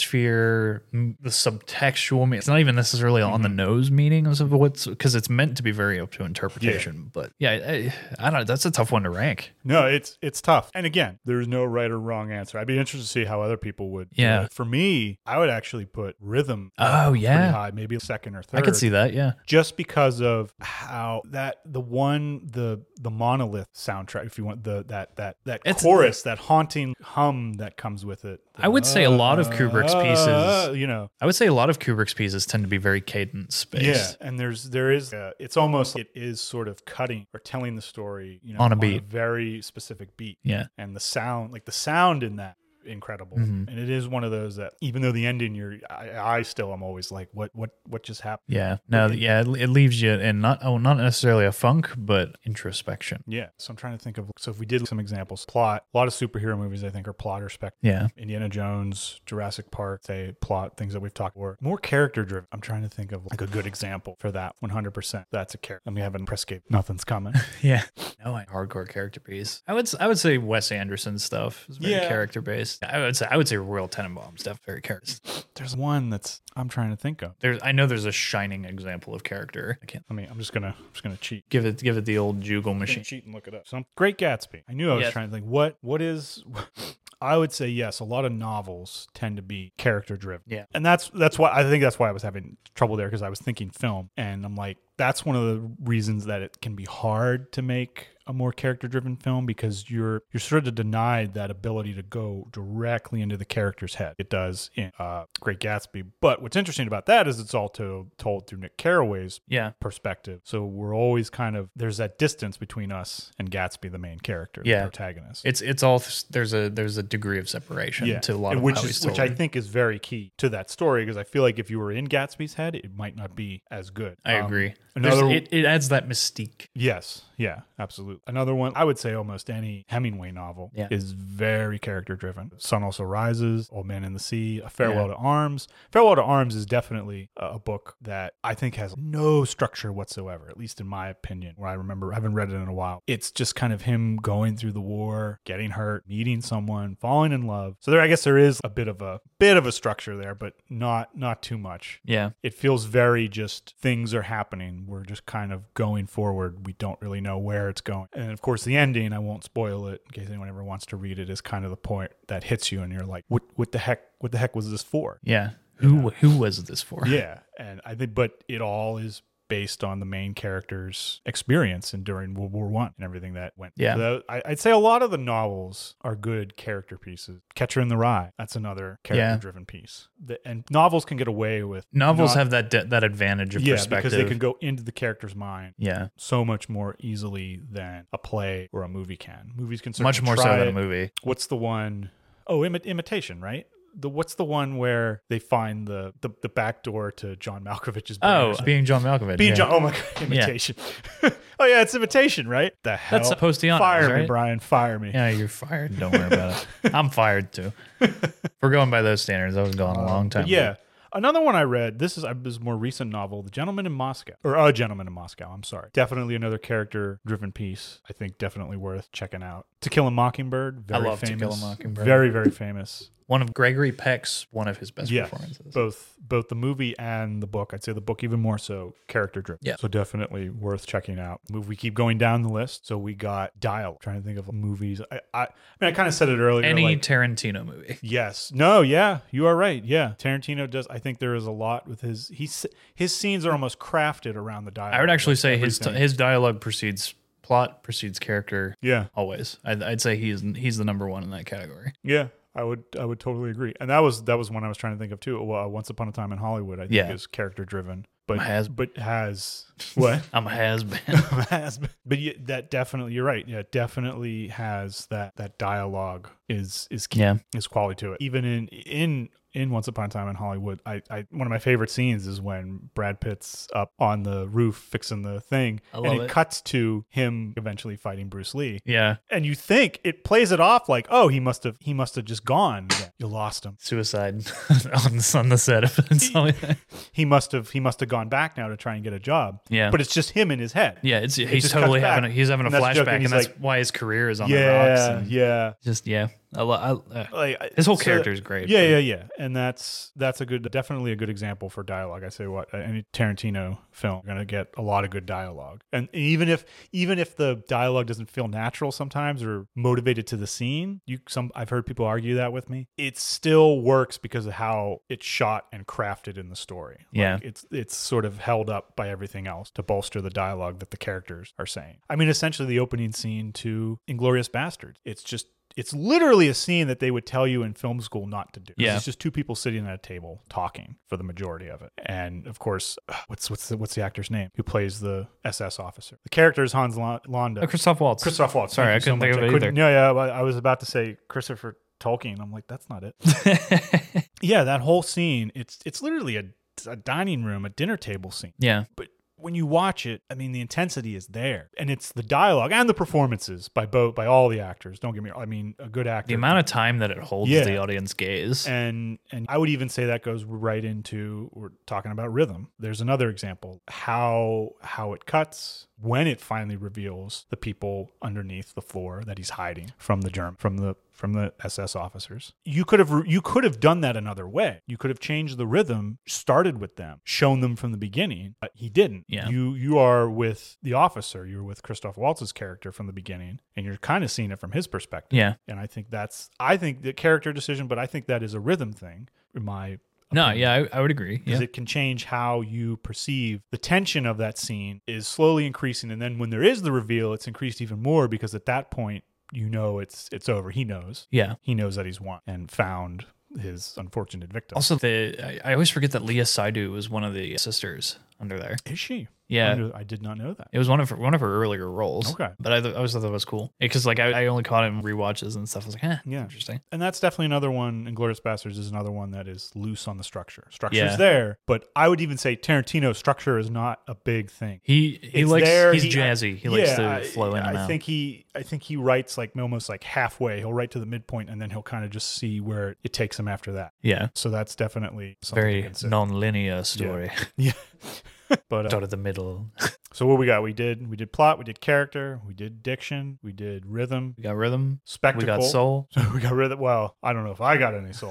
Speaker 2: atmosphere, m- the subtextual. mean- It's not even necessarily on the nose meaning of what's because it's meant to be very up to interpretation. But yeah, I, I don't. know. That's a tough tough one to rank.
Speaker 1: No, it's it's tough. And again, there's no right or wrong answer. I'd be interested to see how other people would. do
Speaker 2: Yeah.
Speaker 1: it. For me, I would actually put rhythm
Speaker 2: Oh
Speaker 1: pretty
Speaker 2: yeah,
Speaker 1: high, maybe second or third.
Speaker 2: I could see that. Yeah,
Speaker 1: just because of how that the one the the monolith soundtrack if you want the that that that
Speaker 2: It's-
Speaker 1: chorus that haunting hum that comes with it Uh,
Speaker 2: I would say a lot of Kubrick's pieces-
Speaker 1: you know
Speaker 2: I would say a lot of Kubrick's pieces tend to be very cadence based.
Speaker 1: yeah and there's there is uh, it's almost it is sort of cutting or telling the story you know
Speaker 2: On a beat.
Speaker 1: very specific beat
Speaker 2: Yeah.
Speaker 1: and the sound like the sound in that incredible
Speaker 2: Mhm.
Speaker 1: and it is one of those that even though the ending you're I, I still am always like what what what just happened
Speaker 2: Yeah. No.
Speaker 1: Okay.
Speaker 2: Yeah. It, it leaves you in not oh not necessarily a funk, but introspection.
Speaker 1: Yeah. So I'm trying to think of. So if we did some examples, plot, a lot of superhero movies, I think, are plot or spec.
Speaker 2: Yeah.
Speaker 1: Indiana Jones, Jurassic Park, say plot, things that we've talked about. More character driven. I'm trying to think of like a good example for that. 100%. That's a character. Let me have an escape. Nothing's coming.
Speaker 2: Yeah. No, I, hardcore character piece. I would s- I would say Wes Anderson stuff is very
Speaker 1: Yeah.
Speaker 2: character based. I would say I would say Royal Tenenbaums stuff very character.
Speaker 1: There's one that's I'm trying to think of.
Speaker 2: There's I know there's a shining example of character. I can't
Speaker 1: I mean, I'm just gonna I'm just gonna cheat.
Speaker 2: give it give it the old jugal
Speaker 1: I'm gonna
Speaker 2: machine.
Speaker 1: cheat and look it up. Some Great Gatsby. I knew I was
Speaker 2: Yes.
Speaker 1: trying to think. What what is? I would say yes. A lot of novels tend to be character driven.
Speaker 2: Yeah.
Speaker 1: and that's that's why I think that's why I was having trouble there because I was thinking film, and I'm like, that's one of the reasons that it can be hard to make a more character driven film because you're you're sort of denied that ability to go directly into the character's head. It does in uh, Great Gatsby, but what's interesting about that is it's also told through Nick Carraway's
Speaker 2: Yeah.
Speaker 1: perspective. So we're always kind of there's that distance between us and Gatsby, the main character,
Speaker 2: Yeah.
Speaker 1: the protagonist.
Speaker 2: It's it's all there's a there's a degree of separation to a lot of
Speaker 1: which
Speaker 2: how he's
Speaker 1: is, which I
Speaker 2: told.
Speaker 1: think is very key to that story because I feel like if you were in Gatsby's head, it might not be as good.
Speaker 2: I
Speaker 1: Um,
Speaker 2: agree. There's-
Speaker 1: Another
Speaker 2: it, it adds that mystique.
Speaker 1: yes, yeah, absolutely. Another one I would say almost any Hemingway novel
Speaker 2: Yeah.
Speaker 1: is very character driven. Sun also rises, Old Man in the Sea, A Farewell to Arms. Farewell to Arms is definitely a a book that I think has no structure whatsoever, at least in my opinion. Where I remember I haven't read it in a while. It's just kind of him going through the war, getting hurt, meeting someone, falling in love. So there, I guess there is a bit of a bit of a structure there, but not not too much
Speaker 2: Yeah.
Speaker 1: it feels very just things are happening. We're just kind of going forward. We don't really know where it's going. And of course, the ending, I won't spoil it in case anyone ever wants to read it, is kind of the point that hits you and you're like, what, what the heck? What the heck was this for?
Speaker 2: Yeah. Who who was this for?
Speaker 1: Yeah. And I think, but it all is based on the main character's experience and during World War One and everything that went.
Speaker 2: Yeah.
Speaker 1: So I, I'd say a lot of the novels are good character pieces. Catcher in the Rye, that's another character-driven piece. The, and novels can get away with
Speaker 2: Novels
Speaker 1: not-
Speaker 2: have that de- that advantage of
Speaker 1: yeah,
Speaker 2: perspective.
Speaker 1: because they can go into the character's mind
Speaker 2: yeah.
Speaker 1: so much more easily than a play or a movie can. Movies can certainly
Speaker 2: Much more so
Speaker 1: try
Speaker 2: than
Speaker 1: it.
Speaker 2: a movie.
Speaker 1: What's the one oh imi- imitation, right? The what's the one where they find the the, the back door to John Malkovich's brain or
Speaker 2: Oh,
Speaker 1: something?
Speaker 2: being John Malkovich.
Speaker 1: being
Speaker 2: yeah.
Speaker 1: John. Oh my god, imitation. oh yeah, it's imitation, right? The hell.
Speaker 2: That's supposed to be honest,
Speaker 1: fire me,
Speaker 2: right?
Speaker 1: Brian. Fire me.
Speaker 2: Yeah, you're fired. Don't worry about it. I'm fired too. If we're going by those standards, I was gone a long time.
Speaker 1: But Um, yeah. Another one I read, this is a this more recent novel, The Gentleman in Moscow, or A Gentleman in Moscow, I'm sorry. Definitely another character driven piece. I think definitely worth checking out. To Kill a Mockingbird, very
Speaker 2: love To
Speaker 1: famous.
Speaker 2: Kill a Mockingbird.
Speaker 1: Very, very famous.
Speaker 2: One of Gregory Peck's one of his best
Speaker 1: Yeah.
Speaker 2: performances.
Speaker 1: Both both the movie and the book. I'd say the book even more so character driven.
Speaker 2: Yeah.
Speaker 1: So definitely worth checking out. Move- We keep going down the list. So we got Dial. Trying to think of movies. I I, I mean I kind of said it earlier.
Speaker 2: Any
Speaker 1: like-
Speaker 2: Tarantino movie.
Speaker 1: Yes. No. Yeah. You are right. Yeah. Tarantino does. I think there is a lot with his. He's his scenes are almost crafted around the dialogue.
Speaker 2: I would actually say his
Speaker 1: Everything.
Speaker 2: his dialogue precedes plot, precedes character.
Speaker 1: yeah.
Speaker 2: Always, I'd, I'd say he's he's the number one in that category.
Speaker 1: Yeah. I would. I would totally agree. And that was that was one I was trying to think of too. Well, uh, Once Upon a Time in Hollywood. I think
Speaker 2: Yeah.
Speaker 1: is character driven, but
Speaker 2: Has-
Speaker 1: but has what
Speaker 2: I'm a has been.
Speaker 1: has but yeah, that definitely you're right. Yeah, it definitely has that that dialogue is is key.
Speaker 2: yeah,
Speaker 1: is quality to it. Even in in in Once Upon a Time in Hollywood, I, I one of my favorite scenes is when Brad Pitt's up on the roof fixing the thing,
Speaker 2: I
Speaker 1: and
Speaker 2: love
Speaker 1: it,
Speaker 2: it.
Speaker 1: cuts to him eventually fighting Bruce Lee.
Speaker 2: yeah.
Speaker 1: And you think it plays it off like, oh, he must have he must have just gone. You lost him.
Speaker 2: Suicide on the, on the set of something.
Speaker 1: He must have he must have gone back now to try and get a job.
Speaker 2: Yeah.
Speaker 1: but it's just him in his head.
Speaker 2: Yeah, it's he's
Speaker 1: just
Speaker 2: totally
Speaker 1: cuts back.
Speaker 2: having a, he's having a
Speaker 1: And that's the joke, and
Speaker 2: flashback, and
Speaker 1: he's
Speaker 2: that's
Speaker 1: like-
Speaker 2: why his career is on the rocks.
Speaker 1: yeah,
Speaker 2: And
Speaker 1: yeah.
Speaker 2: Just yeah, I, lo- I, uh,
Speaker 1: Like I-
Speaker 2: his whole
Speaker 1: so-
Speaker 2: character is great.
Speaker 1: Yeah, yeah, yeah, and that's that's a good, definitely a good example for dialogue. I say what any Tarantino film, you're gonna get a lot of good dialogue, and even if even if the dialogue doesn't feel natural sometimes or motivated to the scene, you some I've heard people argue that with me. It still works because of how it's shot and crafted in the story. Like,
Speaker 2: Yeah.
Speaker 1: it's it's sort of held up by everything else to bolster the dialogue that the characters are saying. I mean, essentially the opening scene to Inglorious Bastards. It's just it's literally a scene that they would tell you in film school not to do.
Speaker 2: Yeah.
Speaker 1: It's just two people sitting at a table talking for the majority of it. And of course, what's what's the, what's the actor's name who plays the SS officer? The character is Hans Lon- Landa.
Speaker 2: Uh, Christoph Waltz.
Speaker 1: Christoph Waltz.
Speaker 2: Sorry,
Speaker 1: Thank
Speaker 2: I
Speaker 1: you
Speaker 2: couldn't think
Speaker 1: much.
Speaker 2: of it
Speaker 1: couldn't- No, yeah, I I was about to say Christopher Tolkien. I'm like, that's not it. yeah, that whole scene. It's it's literally a, a dining room, a dinner table scene
Speaker 2: yeah.
Speaker 1: but when you watch it, I mean, the intensity is there, and it's the dialogue and the performances by both by all the actors. Don't get me wrong. I mean, a good actor.
Speaker 2: The amount of time that it holds
Speaker 1: Yeah.
Speaker 2: the audience gaze.
Speaker 1: and and I would even say that goes right into we're talking about rhythm. There's another example how how it cuts when it finally reveals the people underneath the floor that he's hiding from the germ from the from the SS officers. You could have you could have done that another way. You could have changed the rhythm, started with them, shown them from the beginning, but he didn't.
Speaker 2: Yeah.
Speaker 1: You you are with the officer, you're with Christoph Waltz's character from the beginning and you're kind of seeing it from his perspective
Speaker 2: yeah.
Speaker 1: and I think that's I think the character decision, but I think that is a rhythm thing. In my
Speaker 2: No, yeah, I, I would agree.
Speaker 1: because
Speaker 2: Yeah.
Speaker 1: it can change how you perceive the tension of that scene is slowly increasing, and then when there is the reveal, it's increased even more because at that point you know it's it's over. He knows
Speaker 2: yeah.
Speaker 1: he knows that he's won and found his unfortunate victim.
Speaker 2: Also, the I, I always forget that Leah Saidu was one of the sisters under there.
Speaker 1: is she?
Speaker 2: Yeah.
Speaker 1: I, knew- I did not know that.
Speaker 2: It was one of her, one of her earlier roles.
Speaker 1: Okay.
Speaker 2: but I, th- I always thought that was cool because like I, I only caught it in rewatches and stuff. I was like, eh,
Speaker 1: Yeah.
Speaker 2: interesting.
Speaker 1: And that's definitely another one. Inglorious Bastards is another one that is loose on the structure. Structure's
Speaker 2: Yeah.
Speaker 1: there, but I would even say Tarantino's structure is not a big thing.
Speaker 2: He he
Speaker 1: It's
Speaker 2: likes
Speaker 1: there,
Speaker 2: he's
Speaker 1: he-
Speaker 2: jazzy. He likes to
Speaker 1: I-
Speaker 2: flow in
Speaker 1: I
Speaker 2: and out.
Speaker 1: think he, I think he writes like almost like halfway. He'll write to the midpoint, and then he'll kind of just see where it takes him after that.
Speaker 2: yeah,
Speaker 1: So that's definitely something to
Speaker 2: very
Speaker 1: consider.
Speaker 2: non-linear story.
Speaker 1: yeah. but uh,
Speaker 2: Out of the middle.
Speaker 1: so what we got? We did we did plot, we did character, we did diction, we did rhythm,
Speaker 2: We got rhythm.
Speaker 1: spectacle.
Speaker 2: We got soul.
Speaker 1: So we got rhythm. Well, I don't know if I got any soul.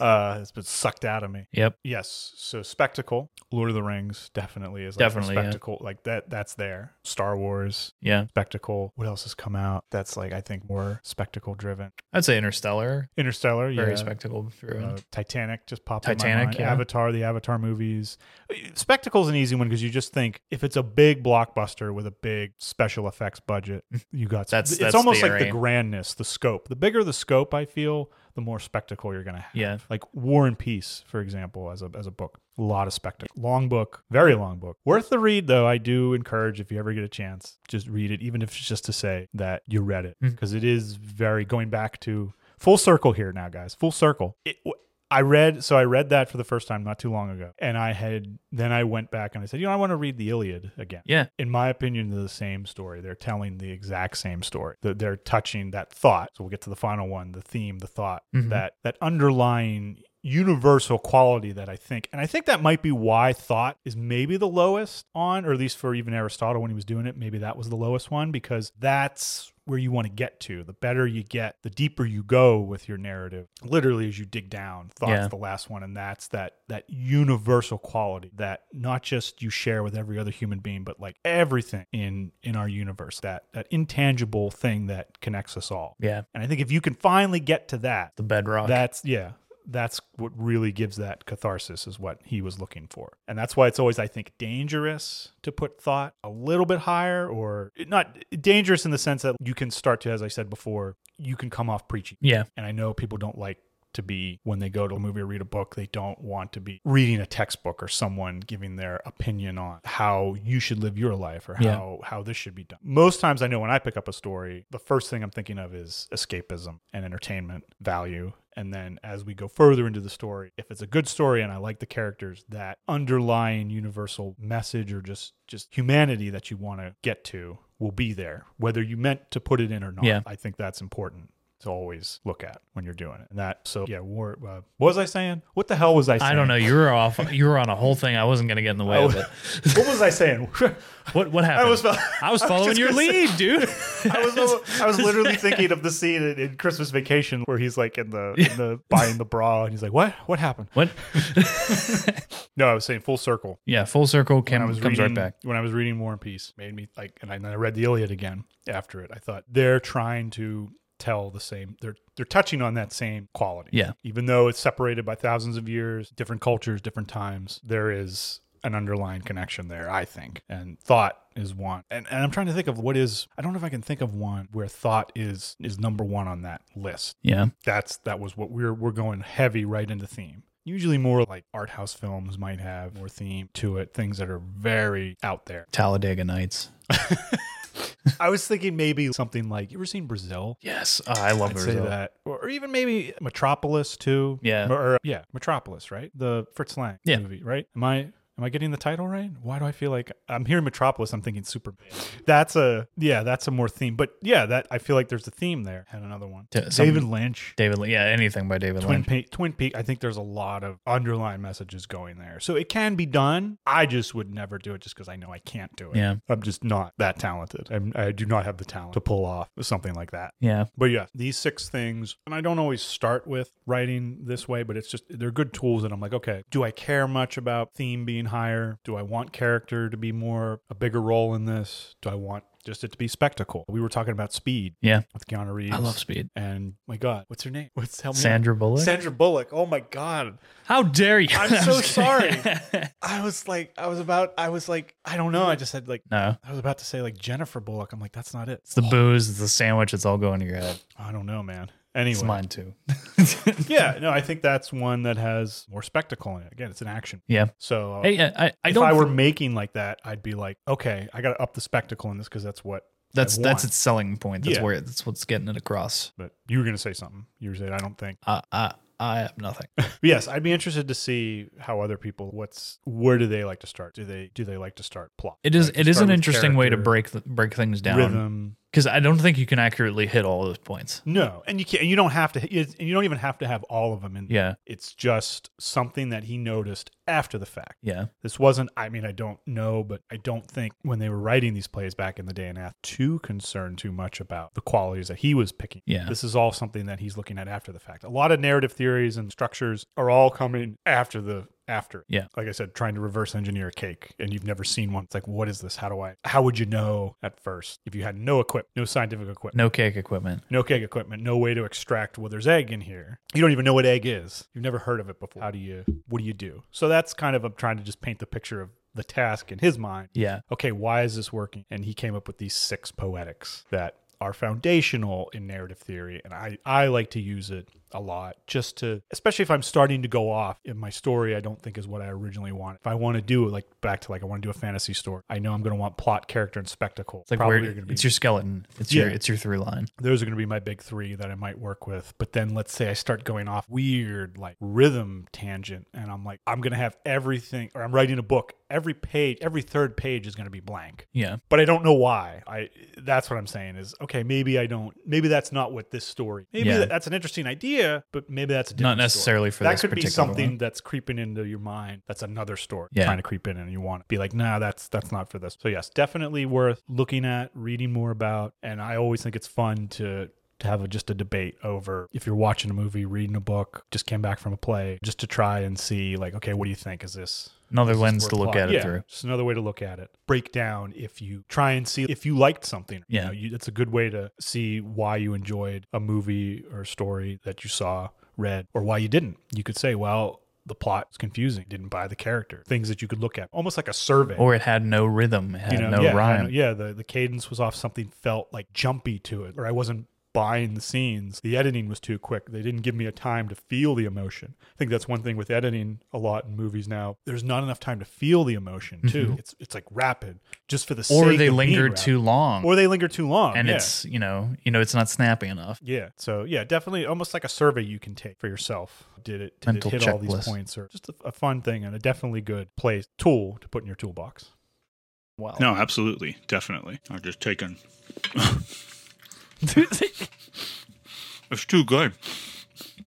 Speaker 1: uh, it's been sucked out of me.
Speaker 2: yep.
Speaker 1: Yes. So spectacle, Lord of the Rings, definitely is like definitely
Speaker 2: Definitely, yeah.
Speaker 1: spectacle. Like that. That's there. Star Wars,
Speaker 2: Yeah.
Speaker 1: spectacle. What else has come out that's like I think more spectacle driven?
Speaker 2: I'd say Interstellar.
Speaker 1: Interstellar,
Speaker 2: Very
Speaker 1: yeah.
Speaker 2: spectacle driven.
Speaker 1: Uh, Titanic just popped. in my
Speaker 2: Titanic,
Speaker 1: mind.
Speaker 2: yeah.
Speaker 1: Avatar, the Avatar movies. Uh, Spectacle's an easy one because you just think if it's a big blockbuster with a big special effects budget, you got.
Speaker 2: That's-
Speaker 1: it's
Speaker 2: that's
Speaker 1: almost
Speaker 2: the
Speaker 1: like the
Speaker 2: area.
Speaker 1: grandness, the scope. The bigger the scope, I feel, the more spectacle you're gonna have.
Speaker 2: Yeah.
Speaker 1: Like War and Peace, for example, as a as a book. A lot of spectacle. Long book, very long book. Worth the read though. I do encourage if you ever get a chance, just read it, even if it's just to say that you read it.
Speaker 2: Mhm.
Speaker 1: Because it is very going back to full circle here now, guys. Full circle. It w- I read so I read that for the first time not too long ago. And I had then I went back and I said, you know, I want to read the Iliad again
Speaker 2: yeah.
Speaker 1: in my opinion, they're the same story. They're telling the exact same story. They're, they're touching that thought. So we'll get to the final one, the theme, the thought,
Speaker 2: Mhm.
Speaker 1: that that underlying universal quality that I think, and I think that might be why thought is maybe the lowest on, or at least for even Aristotle when he was doing it, maybe that was the lowest one because that's where you want to get to. The better you get, the deeper you go with your narrative. Literally, as you dig down, thought's
Speaker 2: Yeah.
Speaker 1: the last one, and that's that that universal quality that not just you share with every other human being, but like everything in in our universe. That that intangible thing that connects us all.
Speaker 2: Yeah.
Speaker 1: And I think if you can finally get to that,
Speaker 2: The bedrock.
Speaker 1: that's yeah. That's what really gives that catharsis is what he was looking for. And that's why it's always, I think, dangerous to put thought a little bit higher or not dangerous in the sense that you can start to, as I said before, you can come off preachy.
Speaker 2: yeah.
Speaker 1: And I know people don't like to be, when they go to a movie or read a book, they don't want to be reading a textbook or someone giving their opinion on how you should live your life or
Speaker 2: Yeah.
Speaker 1: how, how this should be done. Most times I know when I pick up a story, the first thing I'm thinking of is escapism and entertainment value. And then as we go further into the story, if it's a good story and I like the characters, that underlying universal message or just just humanity that you want to get to will be there, whether you meant to put it in or not.
Speaker 2: Yeah.
Speaker 1: I think that's important to always look at when you're doing it. And that, so yeah, war, uh, what was I saying? What the hell was I saying?
Speaker 2: I don't know. You were off. You were on a whole thing. I wasn't gonna get in the way of it.
Speaker 1: what was I saying?
Speaker 2: What what happened? I
Speaker 1: almost
Speaker 2: was,
Speaker 1: felt- I was
Speaker 2: following
Speaker 1: just
Speaker 2: your
Speaker 1: gonna say-
Speaker 2: lead, dude.
Speaker 1: I was, I was literally thinking of the scene in, in Christmas Vacation where he's like in the, in the buying the bra and he's like, what? What happened?
Speaker 2: what?
Speaker 1: No, I was saying full circle.
Speaker 2: Yeah, full circle. Cam
Speaker 1: when I was
Speaker 2: comes
Speaker 1: reading,
Speaker 2: right back.
Speaker 1: When I was reading War and Peace, made me like, and I, and I read the Iliad again after it. I thought they're trying to tell the same. They're they're touching on that same quality.
Speaker 2: Yeah.
Speaker 1: Even though it's separated by thousands of years, different cultures, different times, there is an underlying connection there. I think, and thought is one. And, and I'm trying to think of what is. I don't know if I can think of one where thought is is number one on that list
Speaker 2: Yeah.
Speaker 1: that's that was what we're we're going heavy right into theme. Usually more like art house films might have more theme to it, things that are very out there.
Speaker 2: Talladega Nights.
Speaker 1: I was thinking maybe something like you ever seen Brazil?
Speaker 2: Yes, Oh, I love
Speaker 1: I'd say
Speaker 2: Brazil.
Speaker 1: that, or or even maybe Metropolis too.
Speaker 2: Yeah.
Speaker 1: or, or- yeah, Metropolis, right? The Fritz Lang
Speaker 2: Yeah.
Speaker 1: movie, right? Am I? Am I getting the title right? Why do I feel like I'm hearing Metropolis? I'm thinking Superman. That's a yeah, that's a more theme. But yeah, that I feel like there's a theme there. And another one,
Speaker 2: T- some-
Speaker 1: David Lynch.
Speaker 2: David. Lin- Yeah, anything by David
Speaker 1: Twin
Speaker 2: Lynch.
Speaker 1: Peak, Twin Peak, I think there's a lot of underlying messages going there. So it can be done. I just would never do it just because I know I can't do it.
Speaker 2: Yeah.
Speaker 1: I'm just not that talented. I'm, I do not have the talent to pull off something like that.
Speaker 2: Yeah.
Speaker 1: But yeah, these six things, and I don't always start with writing this way, but it's just they're good tools. And I'm like, okay, do I care much about theme being higher? Do I want character to be more a bigger role in this? Do I want just it to be spectacle? We were talking about speed
Speaker 2: Yeah.
Speaker 1: with Keanu Reeves.
Speaker 2: I love Speed.
Speaker 1: And my God, what's her name? What's help me out.
Speaker 2: Sandra Bullock.
Speaker 1: Sandra Bullock. Oh my god.
Speaker 2: How dare you?
Speaker 1: I'm so
Speaker 2: just kidding.
Speaker 1: I was like I was about I was like I don't know. I just said like
Speaker 2: no,
Speaker 1: I was about to say like Jennifer Bullock. I'm like that's not it.
Speaker 2: it's the booze. It's the sandwich. It's all going to your head.
Speaker 1: I don't know, man.
Speaker 2: It's
Speaker 1: Anyway.
Speaker 2: mine too.
Speaker 1: Yeah, no, I think that's one that has more spectacle in it. Again, it's an action.
Speaker 2: yeah.
Speaker 1: So uh,
Speaker 2: Hey, I, I, I
Speaker 1: if
Speaker 2: don't.
Speaker 1: I were
Speaker 2: thi-
Speaker 1: making like that, I'd be like, okay, I got to up the spectacle in this because that's what.
Speaker 2: that's
Speaker 1: I
Speaker 2: that's
Speaker 1: want.
Speaker 2: its selling point. That's
Speaker 1: Yeah.
Speaker 2: where that's what's getting it across.
Speaker 1: But you were gonna say something. You were saying I don't think.
Speaker 2: I I I have nothing.
Speaker 1: But yes, I'd be interested to see how other people. What's where do they like to start? Do they do they like to start plot?
Speaker 2: It is
Speaker 1: Like,
Speaker 2: it is
Speaker 1: start
Speaker 2: an
Speaker 1: with
Speaker 2: interesting way to
Speaker 1: character,
Speaker 2: break th- break things down
Speaker 1: rhythm.
Speaker 2: because I don't think you can accurately hit all those points.
Speaker 1: No, and you can't. You don't have to. it's- And you don't even have to have all of them in.
Speaker 2: Yeah.
Speaker 1: It's just something that he noticed after the fact.
Speaker 2: Yeah.
Speaker 1: This wasn't, I mean, I don't know, but I don't think when they were writing these plays back in the day and Ath too concerned too much about the qualities that he was picking.
Speaker 2: Yeah.
Speaker 1: This is all something that he's looking at after the fact. A lot of narrative theories and structures are all coming after the after.
Speaker 2: Yeah.
Speaker 1: Like I said, trying to reverse engineer a cake and you've never seen one. It's like, what is this? How do I how would you know at first if you had no equip, no scientific equipment?
Speaker 2: No cake equipment.
Speaker 1: No keg equipment, no way to extract. Well, there's egg in here. You don't even know what egg is. You've never heard of it before. How do you, what do you do? So that's kind of, I'm trying to just paint the picture of the task in his mind.
Speaker 2: Yeah.
Speaker 1: Okay, why is this working? And he came up with these six poetics that are foundational in narrative theory. And I, I like to use it a lot just to, especially if I'm starting to go off in my story, I don't think is what I originally want. If I want to do like back to like, I want to do a fantasy story, I know I'm going to want plot, character, and spectacle.
Speaker 2: It's like
Speaker 1: Probably
Speaker 2: where
Speaker 1: are gonna
Speaker 2: it's your skeleton. It's your
Speaker 1: Yeah.
Speaker 2: it's your through line.
Speaker 1: those are going to be my big three that I might work with. But then let's say I start going off weird, like rhythm tangent, and I'm like, I'm going to have everything, or I'm writing a book. Every page, every third page is going to be blank.
Speaker 2: Yeah.
Speaker 1: But I don't know why. I that's what I'm saying is okay. Maybe I don't. Maybe that's not what this story. Maybe
Speaker 2: Yeah.
Speaker 1: that- that's an interesting idea, but maybe that's a different
Speaker 2: Not necessarily
Speaker 1: story.
Speaker 2: for
Speaker 1: that
Speaker 2: this
Speaker 1: could be
Speaker 2: particular
Speaker 1: something
Speaker 2: one.
Speaker 1: that's creeping into your mind. That's another story
Speaker 2: Yeah.
Speaker 1: trying to creep in, and you want to be like, nah, that's that's not for this. So yes, definitely worth looking at, reading more about, and I always think it's fun to. To have a, just a debate over if you're watching a movie, reading a book, just came back from a play, just to try and see, like, okay, what do you think? Is this
Speaker 2: Another lens to look
Speaker 1: plot.
Speaker 2: at it
Speaker 1: Yeah,
Speaker 2: through.
Speaker 1: Just another way to look at it. Break down if you try and see if you liked something.
Speaker 2: Yeah.
Speaker 1: You know, you, it's a good way to see why you enjoyed a movie or story that you saw, read, or why you didn't. You could say, well, the plot was confusing, didn't buy the character. Things that you could look at, almost like a survey.
Speaker 2: Or it had no rhythm. It had no
Speaker 1: yeah,
Speaker 2: rhyme.
Speaker 1: I know, yeah, the, the cadence was off. Something felt like jumpy to it, or I wasn't buying the scenes. The editing was too quick. They didn't give me a time to feel the emotion. I think that's one thing with editing a lot in movies now. There's not enough time to feel the emotion too. It's it's like rapid, just for the
Speaker 2: Mm-hmm.
Speaker 1: sake
Speaker 2: Or they
Speaker 1: of being
Speaker 2: lingered
Speaker 1: rapid.
Speaker 2: too long.
Speaker 1: or they linger too long,
Speaker 2: and
Speaker 1: yeah.
Speaker 2: it's you know you know it's not snappy enough.
Speaker 1: Yeah. So yeah, definitely almost like a survey you can take for yourself. Did it, did it
Speaker 2: Mental
Speaker 1: hit all these
Speaker 2: checklist.
Speaker 1: points or just a, a fun thing and a definitely good place tool to put in your toolbox.
Speaker 2: Wow.
Speaker 3: No, absolutely, definitely. I'm just taking It's too good.